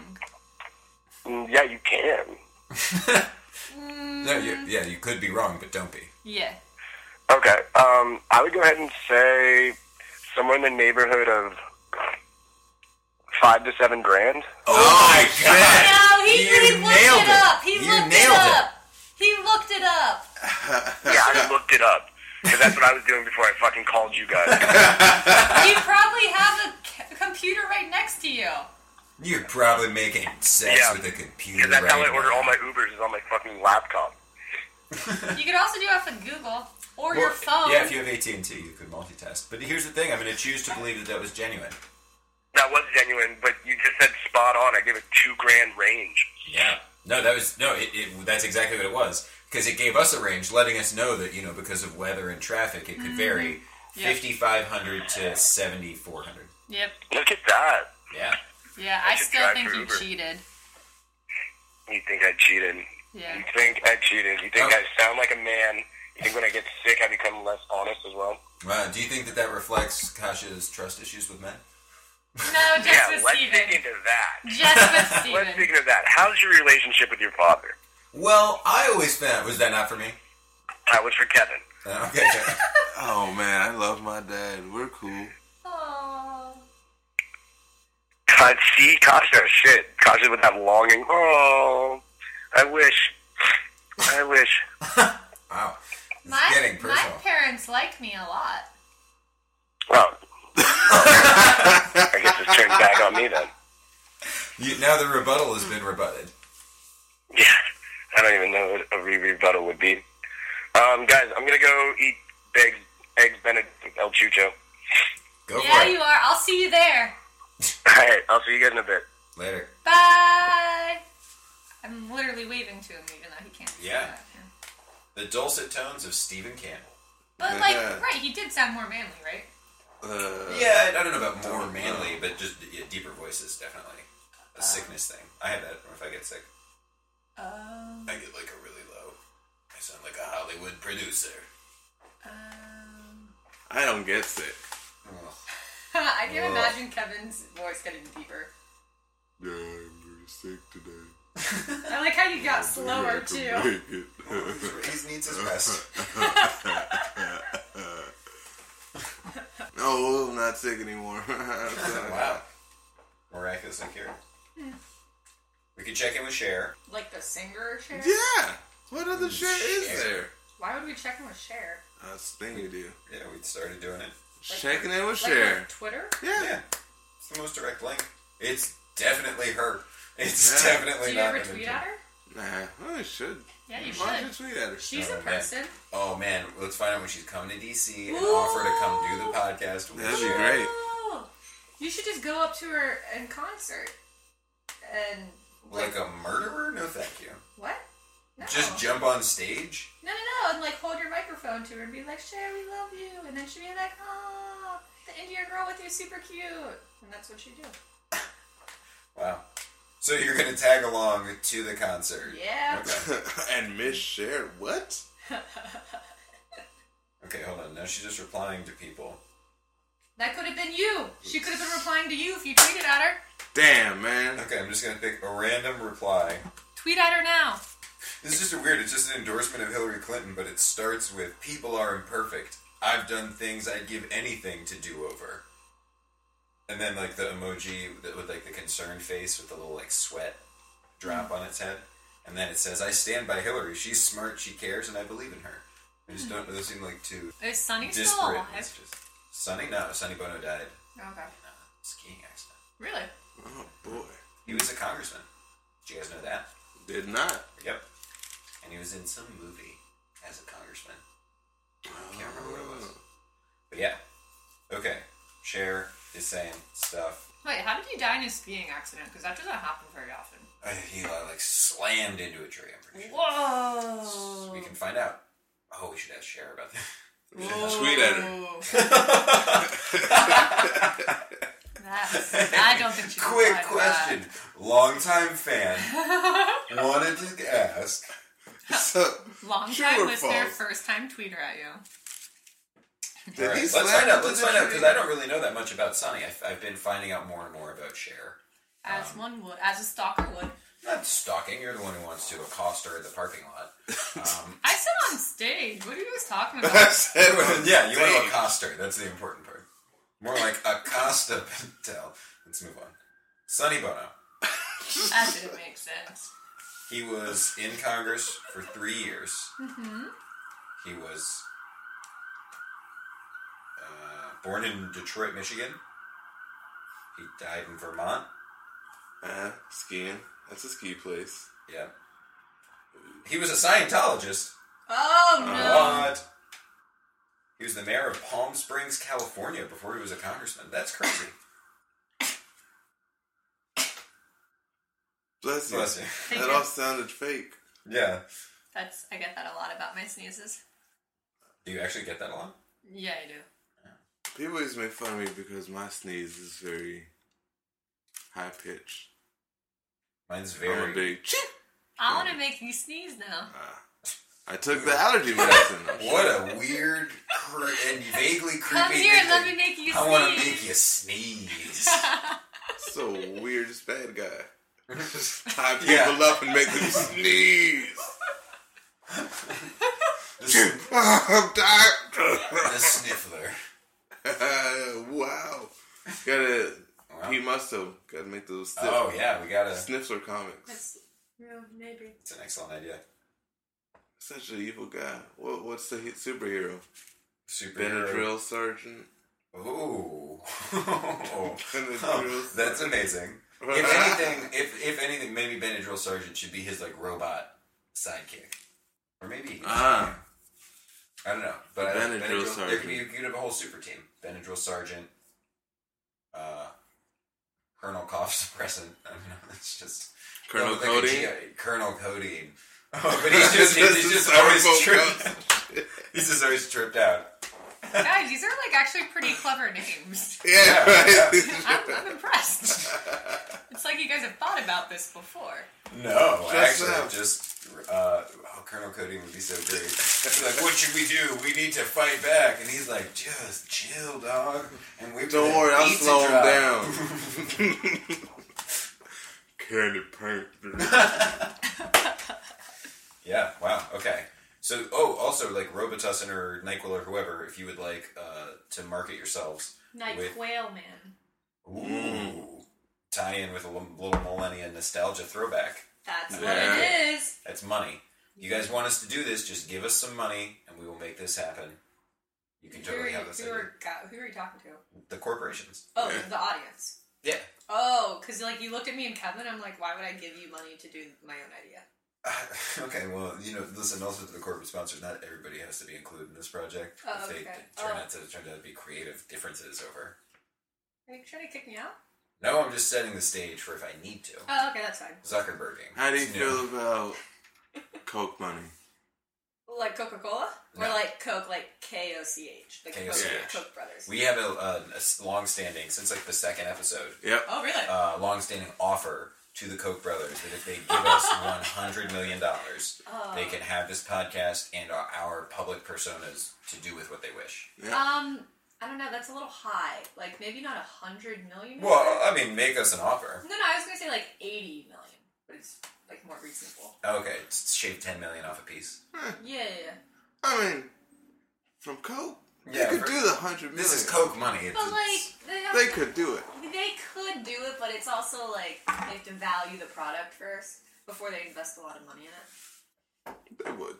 Speaker 6: Mm, Yeah, you can.
Speaker 2: No, you, yeah, you could be wrong, but don't be.
Speaker 1: Yeah.
Speaker 6: Okay. Um, I would go ahead and say somewhere in the neighborhood of five to seven grand.
Speaker 2: Oh, my god!
Speaker 1: No, he,
Speaker 2: You
Speaker 1: he looked
Speaker 2: nailed
Speaker 1: it
Speaker 2: it.
Speaker 1: up. He
Speaker 2: You
Speaker 1: looked it
Speaker 2: nailed it.
Speaker 1: up. He looked it up.
Speaker 6: Yeah, I looked it up because that's what I was doing before I fucking called you guys.
Speaker 1: You probably have a c- computer right next to you.
Speaker 2: You're probably making sex
Speaker 6: Yeah.
Speaker 2: with a computer
Speaker 6: Because that's how I
Speaker 2: right
Speaker 6: order
Speaker 2: now.
Speaker 6: all my Ubers is on my fucking laptop.
Speaker 1: You could also do it from Google or your
Speaker 2: Well,
Speaker 1: phone.
Speaker 2: Yeah, if you have AT and T, you could multitask. But here's the thing: I'm going to choose to believe that that was genuine.
Speaker 6: That was genuine, but you just said spot on. I gave it two grand range.
Speaker 2: Yeah. No, that was no. It, it, that's exactly what it was because it gave us a range, letting us know that you know because of weather and traffic, it
Speaker 1: Mm-hmm.
Speaker 2: could vary
Speaker 1: Yeah.
Speaker 2: 5,500 to 7,400.
Speaker 1: Yep.
Speaker 6: Look at that.
Speaker 2: Yeah.
Speaker 1: Yeah, I,
Speaker 6: should
Speaker 1: still
Speaker 6: drive
Speaker 1: think
Speaker 6: for
Speaker 1: you
Speaker 6: Uber.
Speaker 1: cheated.
Speaker 6: You think I cheated?
Speaker 1: Yeah.
Speaker 6: You think I cheated? You think
Speaker 2: Oh.
Speaker 6: I sound like a man? You think when I get sick, I become less honest as well?
Speaker 2: Wow, do you think that that reflects Kasha's trust issues with men?
Speaker 1: No, just
Speaker 6: Yeah,
Speaker 1: with
Speaker 6: let's
Speaker 1: Steven.
Speaker 6: dig into that.
Speaker 1: Just with
Speaker 6: Let's dig
Speaker 1: Steven.
Speaker 6: into that. How's your relationship with your father?
Speaker 2: Well, I always found was that not for me.
Speaker 6: That was for Kevin.
Speaker 2: Uh, okay, okay.
Speaker 3: Oh man, I love my dad. We're cool.
Speaker 1: Aw.
Speaker 6: God, see, Costa, shit. Costa with that longing. Oh, I wish. I wish.
Speaker 2: wow.
Speaker 1: My,
Speaker 2: getting
Speaker 1: my
Speaker 2: personal.
Speaker 1: parents like me a lot.
Speaker 6: Well, I guess it's turned back on me then.
Speaker 2: You, now the rebuttal has been rebutted.
Speaker 6: Yeah, I don't even know what a re rebuttal would be. Um, guys, I'm gonna go eat eggs, eggs Benedict with El Chucho.
Speaker 2: Go
Speaker 1: Yeah,
Speaker 2: for it.
Speaker 1: you are. I'll see you there.
Speaker 6: All right, I'll see you guys in a bit.
Speaker 2: Later.
Speaker 1: Bye. I'm literally waving to him, even though he can't. see
Speaker 2: Yeah.
Speaker 1: that,
Speaker 2: The dulcet tones of Stephen Campbell.
Speaker 1: But like,
Speaker 3: Yeah.
Speaker 1: right? He did sound more manly, right?
Speaker 3: Uh,
Speaker 2: Yeah, I- I don't know Uh. about more manly, but just yeah, deeper voices definitely. A sickness thing. I have that if I get sick.
Speaker 1: Oh.
Speaker 2: I get like a really low. I sound like a Hollywood producer.
Speaker 1: Um,
Speaker 3: I don't get sick.
Speaker 2: Ugh.
Speaker 1: I can
Speaker 2: Ugh.
Speaker 1: imagine Kevin's voice getting deeper.
Speaker 3: Yeah, I'm very sick today.
Speaker 1: I like how you got slower too.
Speaker 2: He needs his rest.
Speaker 3: No, I'm not sick anymore. wow.
Speaker 2: wow. Miraculously cured. We could check in with Cher.
Speaker 1: Like the singer Cher.
Speaker 3: Yeah. What other shit
Speaker 2: Shit.
Speaker 3: is there?
Speaker 1: Why would we check in with Cher?
Speaker 3: I was thinking of you.
Speaker 2: Yeah, we started doing it.
Speaker 3: Checking in with
Speaker 1: Like
Speaker 3: Cher.
Speaker 1: on Twitter.
Speaker 3: Yeah.
Speaker 2: Yeah. It's the most direct link. It's definitely her. It's
Speaker 3: Yeah.
Speaker 2: definitely
Speaker 1: Do you
Speaker 2: not
Speaker 1: ever
Speaker 2: an
Speaker 1: tweet
Speaker 2: intern.
Speaker 1: at her?
Speaker 3: Nah, well, I should.
Speaker 1: Yeah, you
Speaker 3: Why
Speaker 1: should.
Speaker 3: don't you tweet at her?
Speaker 1: She's
Speaker 2: Oh,
Speaker 1: a
Speaker 2: man.
Speaker 1: person.
Speaker 2: Oh man, let's find out when she's coming to DC and
Speaker 1: Ooh.
Speaker 2: offer to come do the podcast. with
Speaker 3: That'd be
Speaker 2: Cher.
Speaker 3: great.
Speaker 1: Oh, you should just go up to her in concert and
Speaker 2: Like a murderer? No, thank you.
Speaker 1: what? No.
Speaker 2: Just jump on stage.
Speaker 1: No, no, no, and like hold your microphone to her and be like, Cher, we love you. And then she'd be like, oh, the Indian girl with you is super cute. And that's what she do.
Speaker 2: Wow. So you're gonna tag along to the concert?
Speaker 1: Yeah.
Speaker 2: Okay.
Speaker 3: and Miss Cher, what?
Speaker 2: Okay, hold on. Now she's just replying to people.
Speaker 1: That could have been you. She could have been replying to you if you tweeted at her.
Speaker 3: Damn, man.
Speaker 2: Okay, I'm just gonna pick a random reply.
Speaker 1: Tweet at her now.
Speaker 2: This is just a weird. It's just an endorsement of Hillary Clinton, but it starts with "People are imperfect. I've done things I'd give anything to do over." And then like the emoji with, with like the concerned face with the little like sweat drop
Speaker 1: Mm.
Speaker 2: on its head, and then it says, "I stand by Hillary. She's smart. She cares, and I believe in her." I just don't. Those seem like two
Speaker 1: Is Sunny Mm. still
Speaker 2: disparate
Speaker 1: alive?
Speaker 2: messages. Sonny, no, Sonny Bono died
Speaker 1: Okay.
Speaker 2: in a skiing accident.
Speaker 1: Really?
Speaker 3: Oh, boy.
Speaker 2: He was a congressman. Do you guys know that?
Speaker 3: Did not.
Speaker 2: Yep. And he was in some movie as a congressman. I can't remember what it was. But yeah. Okay. Cher is saying stuff.
Speaker 1: Wait, how did he die in a skiing accident? Because that doesn't happen very often.
Speaker 2: Uh, he uh, like slammed into a tree. I'm pretty sure.
Speaker 1: Whoa.
Speaker 2: We can find out. Oh, we should ask Cher about
Speaker 3: Tweet at her.
Speaker 2: that.
Speaker 1: That's, I don't think she
Speaker 2: Quick
Speaker 1: replied to that.
Speaker 2: question. Longtime fan wanted to ask.
Speaker 3: So,
Speaker 1: Long
Speaker 3: True
Speaker 1: time
Speaker 3: or
Speaker 1: listener,
Speaker 3: false?
Speaker 1: first time tweeter at you.
Speaker 3: did
Speaker 2: All right,
Speaker 3: he
Speaker 2: let's
Speaker 3: slap
Speaker 2: find out.
Speaker 3: into
Speaker 2: Let's
Speaker 3: the
Speaker 2: find out
Speaker 3: tree?
Speaker 2: because I don't really know that much about Sonny. I've, I've been finding out more and more about Cher.
Speaker 1: As
Speaker 2: Um,
Speaker 1: one would, as a stalker would.
Speaker 2: Not stalking. You're the one who wants to accost her in the parking lot. Um,
Speaker 1: I said on stage. What are you guys talking
Speaker 3: I
Speaker 1: about?
Speaker 3: said,
Speaker 2: yeah, you want to
Speaker 3: Dang.
Speaker 2: accost her. That's the important part. More like Acosta Patel. Let's move on. Sonny Bono.
Speaker 1: that didn't make sense.
Speaker 2: He was in Congress for three years. He was uh, born in Detroit, Michigan. He died in Vermont.
Speaker 3: Uh, skiing. That's a ski place.
Speaker 2: Yeah. He was a Scientologist.
Speaker 1: Oh no!
Speaker 2: Uh, What? He was the mayor of Palm Springs, California before he was a congressman. That's crazy.
Speaker 3: Bless you.
Speaker 2: Bless you.
Speaker 1: Thank
Speaker 3: That
Speaker 1: you.
Speaker 3: all sounded fake.
Speaker 2: Yeah.
Speaker 1: That's I get that a lot about my sneezes.
Speaker 2: Do you actually get that a lot?
Speaker 1: Yeah, I do.
Speaker 3: People always make fun of me because my sneeze is very high pitched.
Speaker 2: Mine's
Speaker 3: I'm a
Speaker 2: very.
Speaker 3: big.
Speaker 2: Uh,
Speaker 1: I want to make you sneeze now.
Speaker 3: Ah. I took the allergy medicine.
Speaker 2: What a weird cre- and vaguely creepy.
Speaker 1: Come here and let me
Speaker 2: thing.
Speaker 1: make you
Speaker 2: I want to
Speaker 1: sneeze.
Speaker 2: make you sneeze.
Speaker 3: so weird, this bad guy. Tie people
Speaker 2: Yeah.
Speaker 3: up and make them sneeze.
Speaker 2: the,
Speaker 3: I'm
Speaker 2: the
Speaker 3: tired.
Speaker 2: sniffler.
Speaker 3: wow. Gotta.
Speaker 2: Wow.
Speaker 3: He must have. Gotta make those stiff.
Speaker 2: Oh yeah, we gotta.
Speaker 3: Sniffler comics.
Speaker 1: That's real, maybe.
Speaker 2: It's an excellent idea.
Speaker 3: Such an evil guy. What, what's the hit superhero?
Speaker 2: Superhero.
Speaker 3: Benadryl surgeon.
Speaker 2: Ooh. Oh,
Speaker 3: Benadryl
Speaker 2: that's amazing. If anything, if if anything, maybe Benadryl Sergeant should be his like robot sidekick, or maybe Uh-huh.
Speaker 3: Ah.
Speaker 2: I don't know. But I don't,
Speaker 3: Benadryl
Speaker 2: Benadryl, There
Speaker 3: Sergeant.
Speaker 2: could be you could have a whole super team. Benadryl Sergeant, uh, Colonel Cough Suppressant. I don't know. It's just
Speaker 3: Colonel
Speaker 2: like a
Speaker 3: Cody.
Speaker 2: G- Colonel Codeine. Oh, but he's just he's,
Speaker 3: This is
Speaker 2: just
Speaker 3: our
Speaker 2: always
Speaker 3: phone
Speaker 2: tripped. he's just always tripped out.
Speaker 1: Guys, these are like actually pretty clever names.
Speaker 3: Yeah, right.
Speaker 1: I'm, I'm impressed. It's like you guys have thought about this before.
Speaker 2: No,
Speaker 3: Just
Speaker 2: actually,
Speaker 3: that.
Speaker 2: just uh, oh, Colonel Cody would be so great. He's like, what should we do? We need to fight back, and he's like, just chill, dog. And we
Speaker 3: Don't worry, I'll
Speaker 2: pizza
Speaker 3: slow
Speaker 2: drop.
Speaker 3: him down. Candy Panther.
Speaker 2: Yeah. Wow. Okay. So, oh, also like Robitussin or Nyquil or whoever, if you would like uh, to market yourselves
Speaker 1: Night
Speaker 2: with
Speaker 1: Quail Man.
Speaker 2: ooh, tie in with a little, little millennia nostalgia throwback.
Speaker 1: That's
Speaker 3: Yeah.
Speaker 1: what it is.
Speaker 2: That's money. You guys want us to do this? Just give us some money, and we will make this happen. You can
Speaker 1: who, are
Speaker 2: totally
Speaker 1: you,
Speaker 2: have this
Speaker 1: who,
Speaker 2: idea.
Speaker 1: are, go- who are you talking to?
Speaker 2: The corporations.
Speaker 1: Oh, the audience.
Speaker 2: Yeah.
Speaker 1: Oh, because like you looked at me and Kevin, I'm like, why would I give you money to do my own idea?
Speaker 2: okay. Well, you know, listen. Also, to the corporate sponsors, not everybody has to be included in this project.
Speaker 1: Oh,
Speaker 2: If they
Speaker 1: okay.
Speaker 2: turn
Speaker 1: Oh.
Speaker 2: out to turn out to be creative differences over.
Speaker 1: Are you trying to kick me out?
Speaker 2: No, I'm just setting the stage for if I need to.
Speaker 1: Oh, okay, that's fine.
Speaker 2: Zuckerberging.
Speaker 3: How do you
Speaker 2: It's
Speaker 3: feel
Speaker 2: new.
Speaker 3: about Coke money?
Speaker 1: Like Coca Cola or
Speaker 2: No.
Speaker 1: like Coke, like K O C H, like Coke,
Speaker 2: KOCH.
Speaker 1: Coke Brothers.
Speaker 2: We have a, a, a s- long-standing since like the second episode.
Speaker 3: Yep.
Speaker 1: oh, really?
Speaker 2: Uh, long-standing offer to the Koch brothers that if they give us one hundred million dollars, they can have this podcast and our, our public personas to do with what they wish.
Speaker 1: um, I don't know. That's a little high. Like maybe not a hundred million.
Speaker 2: Well, uh, I mean, make us an offer.
Speaker 1: no, no. I was gonna say like eighty million, but it's like more reasonable.
Speaker 2: Okay, s- shave ten million off a piece.
Speaker 1: Yeah, yeah. yeah.
Speaker 3: I mean, from Coke,
Speaker 2: Yeah,
Speaker 3: they could
Speaker 2: for-
Speaker 3: do the hundred million.
Speaker 2: This is Coke money. It's,
Speaker 1: But like
Speaker 2: it's-
Speaker 1: they, have,
Speaker 3: They could do it.
Speaker 1: they could do it, but it's also like they have to value the product first before they invest a lot of money in it.
Speaker 3: They would.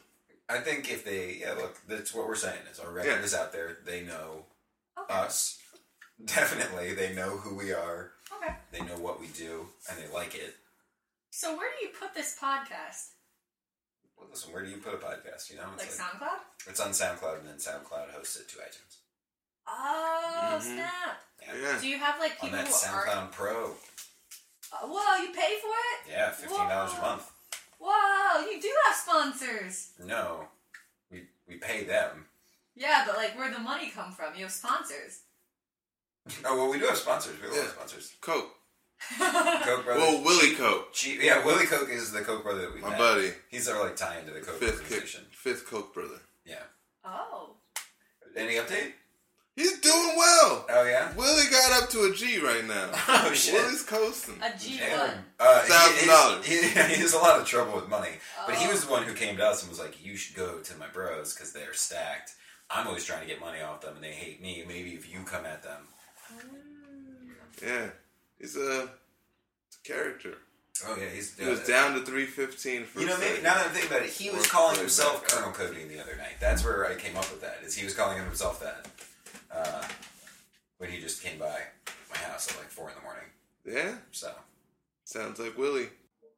Speaker 2: I think if they yeah, look, that's what we're saying is our record
Speaker 3: Yeah.
Speaker 2: is out there. They know
Speaker 1: Okay.
Speaker 2: us. Definitely, they know who we are.
Speaker 1: okay.
Speaker 2: They know what we do, and they like it.
Speaker 1: So where do you put this podcast?
Speaker 2: Well, listen, where do you put a podcast? You know,
Speaker 1: Like
Speaker 2: it's,
Speaker 1: SoundCloud?
Speaker 2: it's on SoundCloud, and then SoundCloud hosts it to iTunes.
Speaker 1: Oh snap!
Speaker 3: Yeah.
Speaker 1: Do you have like
Speaker 2: Mm-hmm. On
Speaker 1: people
Speaker 2: that
Speaker 1: who are?
Speaker 2: SoundCloud Pro,
Speaker 1: Uh, whoa, you pay for it?
Speaker 2: yeah, fifteen dollars a
Speaker 1: Whoa.
Speaker 2: month.
Speaker 1: Whoa, you do have sponsors.
Speaker 2: No, we we pay them.
Speaker 1: Yeah, but like where the money come from? You have sponsors.
Speaker 2: Oh well, we do have sponsors. We have a lot of
Speaker 3: Yeah.
Speaker 2: sponsors.
Speaker 3: Coke.
Speaker 2: Coke Brothers.
Speaker 3: Well, Willie Coke,
Speaker 2: Che- yeah, Willie Coke is the Coke brother that we
Speaker 3: My
Speaker 2: met.
Speaker 3: buddy.
Speaker 2: He's our like tie into the Coke
Speaker 3: fifth Coke,
Speaker 2: organization.
Speaker 3: fifth Coke brother.
Speaker 2: Yeah.
Speaker 1: Oh,
Speaker 2: Any update?
Speaker 3: He's doing well.
Speaker 2: Oh yeah.
Speaker 3: Willie got up to a G right now.
Speaker 2: Oh shit.
Speaker 3: Willie's coasting.
Speaker 1: a G
Speaker 2: Damn.
Speaker 1: one.
Speaker 2: Uh, he-
Speaker 3: $1,000.
Speaker 2: He, he, has a lot of trouble with money, but
Speaker 3: Oh.
Speaker 2: he was the one who came to us and was like, "You should go to my bros because they're stacked. I'm always trying to get money off them, and they hate me. Maybe if you come at them."
Speaker 3: Yeah. He's a, it's a character.
Speaker 2: Oh yeah, he's
Speaker 3: He was down to three fifteen for
Speaker 2: You know,
Speaker 3: a
Speaker 2: maybe
Speaker 3: second.
Speaker 2: now that I'm thinking about it, he was
Speaker 3: Work
Speaker 2: calling
Speaker 3: way
Speaker 2: himself
Speaker 3: back.
Speaker 2: Colonel Codeine the other night. That's where I came up with that. Is he was calling himself that uh, when he just came by my house at like four in the morning.
Speaker 3: Yeah.
Speaker 2: So
Speaker 3: Sounds like Willie.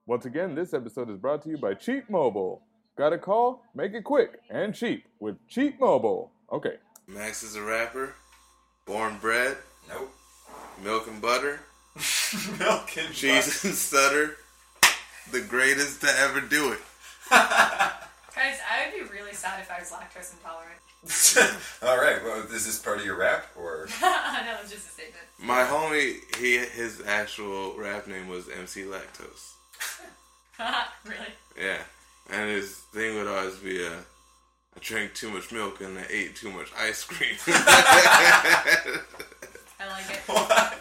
Speaker 4: Once again, this episode is brought to you by Cheap Mobile. Got a call? Make it quick and cheap with Cheap Mobile. Okay.
Speaker 3: Max is a rapper. Born bread.
Speaker 2: nope.
Speaker 3: Milk and butter.
Speaker 2: Milk and
Speaker 3: Cheese and Sutter, the greatest to ever do it.
Speaker 1: Guys, I would be really sad if I was lactose intolerant.
Speaker 2: All right. Well, is this part of your rap or?
Speaker 1: that was just a statement.
Speaker 3: My homie, he his actual rap name was MC Lactose.
Speaker 1: really?
Speaker 3: Yeah, and his thing would always be, uh, I drank too much milk and I ate too much ice cream. yeah,
Speaker 1: I like it.
Speaker 2: What?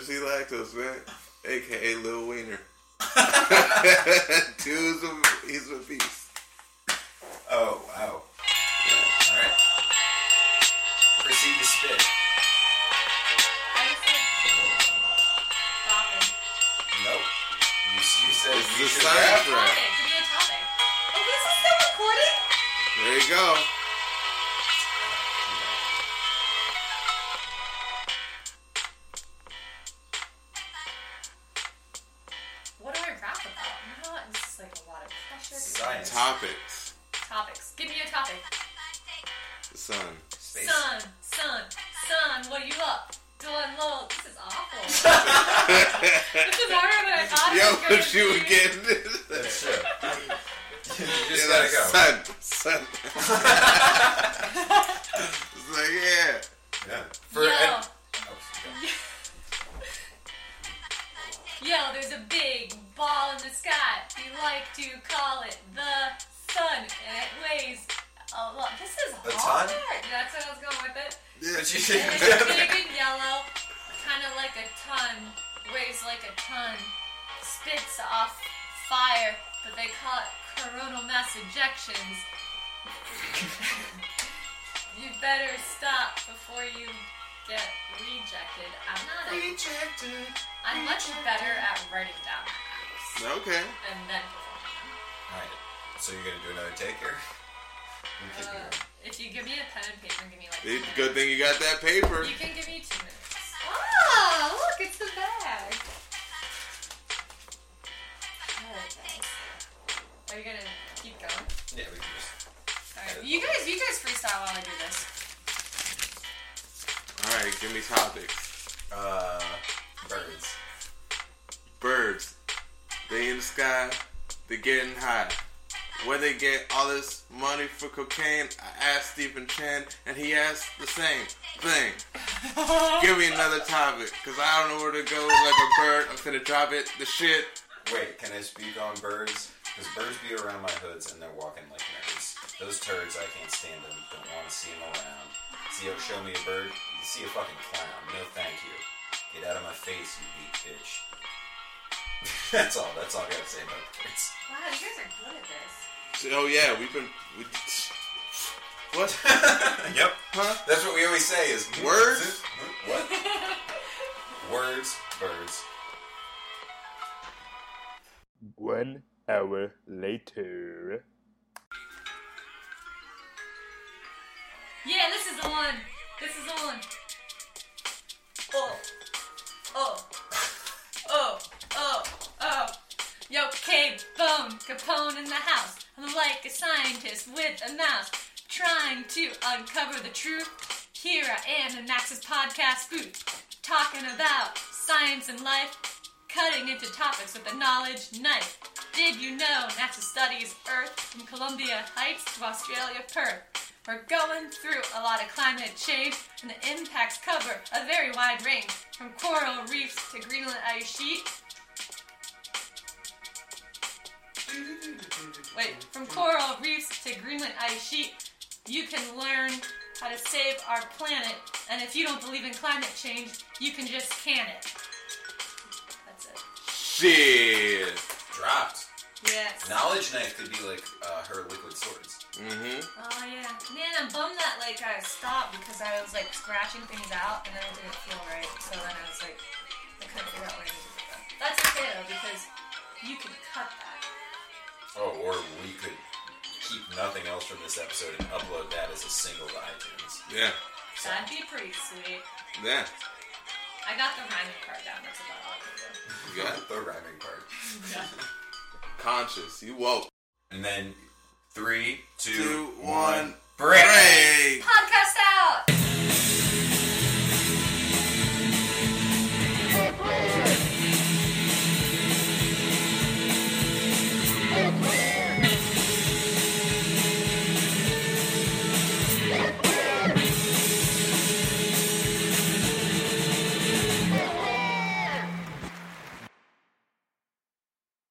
Speaker 3: FC Lactose, man. AKA Lil Wiener. Dude's a, he's a beast.
Speaker 2: Oh wow. All right. Proceed to spit.
Speaker 1: I just said- Laughing.
Speaker 2: Nope. You, you said
Speaker 3: It's
Speaker 2: you
Speaker 3: the
Speaker 2: should
Speaker 3: science
Speaker 2: rap.
Speaker 3: rap.
Speaker 1: Topic. Could be a topic. Oh, this is still recording?
Speaker 3: There you go.
Speaker 1: What do I rap about? You know, what? this is like a lot of pressure.
Speaker 2: Science.
Speaker 3: Topics.
Speaker 1: Topics. Give me a topic.
Speaker 3: The sun.
Speaker 2: Space.
Speaker 1: Son, son, son, what are you up? Doing low. This is awful. this is harder than I thought
Speaker 3: Yo,
Speaker 1: it
Speaker 3: if
Speaker 1: was
Speaker 3: she
Speaker 1: going
Speaker 3: was
Speaker 1: to be.
Speaker 3: getting this.
Speaker 2: That's true. you just
Speaker 3: Yeah,
Speaker 2: gotta go.
Speaker 3: like, Son, son. it's like, yeah.
Speaker 2: Yeah. For
Speaker 1: Yo,
Speaker 2: and- oh, okay.
Speaker 1: yo, there's a big ball in the sky. We like to call it the sun, and it weighs a lot. This is
Speaker 2: A
Speaker 1: hard.
Speaker 2: ton?
Speaker 1: That's what I was going with it.
Speaker 2: But
Speaker 1: And
Speaker 2: you
Speaker 1: it's big and yellow, kind of like a ton, weighs like a ton, spits off fire, but they call it coronal mass ejections. you better stop before you get rejected. I'm not a, I'm much better at writing down my acts
Speaker 3: Okay.
Speaker 1: and then performing them.
Speaker 2: Alright. So you're gonna do another take here? You're kidding me,
Speaker 1: Uh,
Speaker 2: right?
Speaker 1: if you give me a pen and paper and give me like two minutes.
Speaker 3: It's a good thing you got that paper.
Speaker 1: You can give me two minutes. Ah, look, it's the bag. Alright, guys. Are you gonna keep going?
Speaker 2: Yeah, we can just.
Speaker 1: Alright, you guys, you guys freestyle while I do this.
Speaker 3: All right, give me topics.
Speaker 2: Uh, birds.
Speaker 3: Birds. They in the sky. They getting high. Where they get all this money for cocaine? I asked Stephen Chen, and he asked the same thing. Give me another topic, cause I don't know where to go. Like a bird, I'm finna drop it. The shit.
Speaker 2: Wait, can I speak on birds? Because birds be around my hoods and they're walking like nerds. Those turds, I can't stand them. Don't want to see them around. See, you show me a bird, you see a fucking clown. No, thank you. Get out of my face, you beat bitch. that's all. That's all I gotta say about birds.
Speaker 1: Wow, you guys are good at this.
Speaker 3: Oh yeah, we've been. We, what?
Speaker 2: yep.
Speaker 3: Huh?
Speaker 2: That's what we always say is
Speaker 3: Words?
Speaker 2: What? Words, birds.
Speaker 4: One hour later.
Speaker 1: Yeah, this is the one. This is the one. Oh, oh, oh, oh, oh. Yo, K Bone Capone in the house. I'm like a scientist with a mouse, trying to uncover the truth. Here I am in Max's podcast booth, talking about science and life, cutting into topics with a knowledge knife. Did you know NASA studies Earth from Columbia Heights to Australia Perth? We're going through a lot of climate change, and the impacts cover a very wide range from coral reefs to Greenland ice sheet. Wait, from coral reefs to Greenland ice sheet, you can learn how to save our planet. And if you don't believe in climate change, you can just can it. That's it.
Speaker 3: Shit.
Speaker 2: Dropped.
Speaker 1: Yes.
Speaker 2: Knowledge knife could be like uh, her liquid swords.
Speaker 3: Mm-hmm.
Speaker 1: Oh yeah, man, I'm bummed that like I stopped because I was like scratching things out and then it didn't feel right. So then I was like, I couldn't figure out where to do that. That's okay though because you can cut that.
Speaker 2: Oh, or we could keep nothing else from this episode and upload that as a single to iTunes.
Speaker 3: Yeah.
Speaker 1: That'd be pretty sweet.
Speaker 3: Yeah.
Speaker 1: I got the rhyming part down. That's about all I can do.
Speaker 3: You got it.
Speaker 2: The rhyming part.
Speaker 3: conscious. You woke.
Speaker 2: And then three, two, one,
Speaker 3: Two, one,
Speaker 2: break.
Speaker 3: break.
Speaker 1: Podcast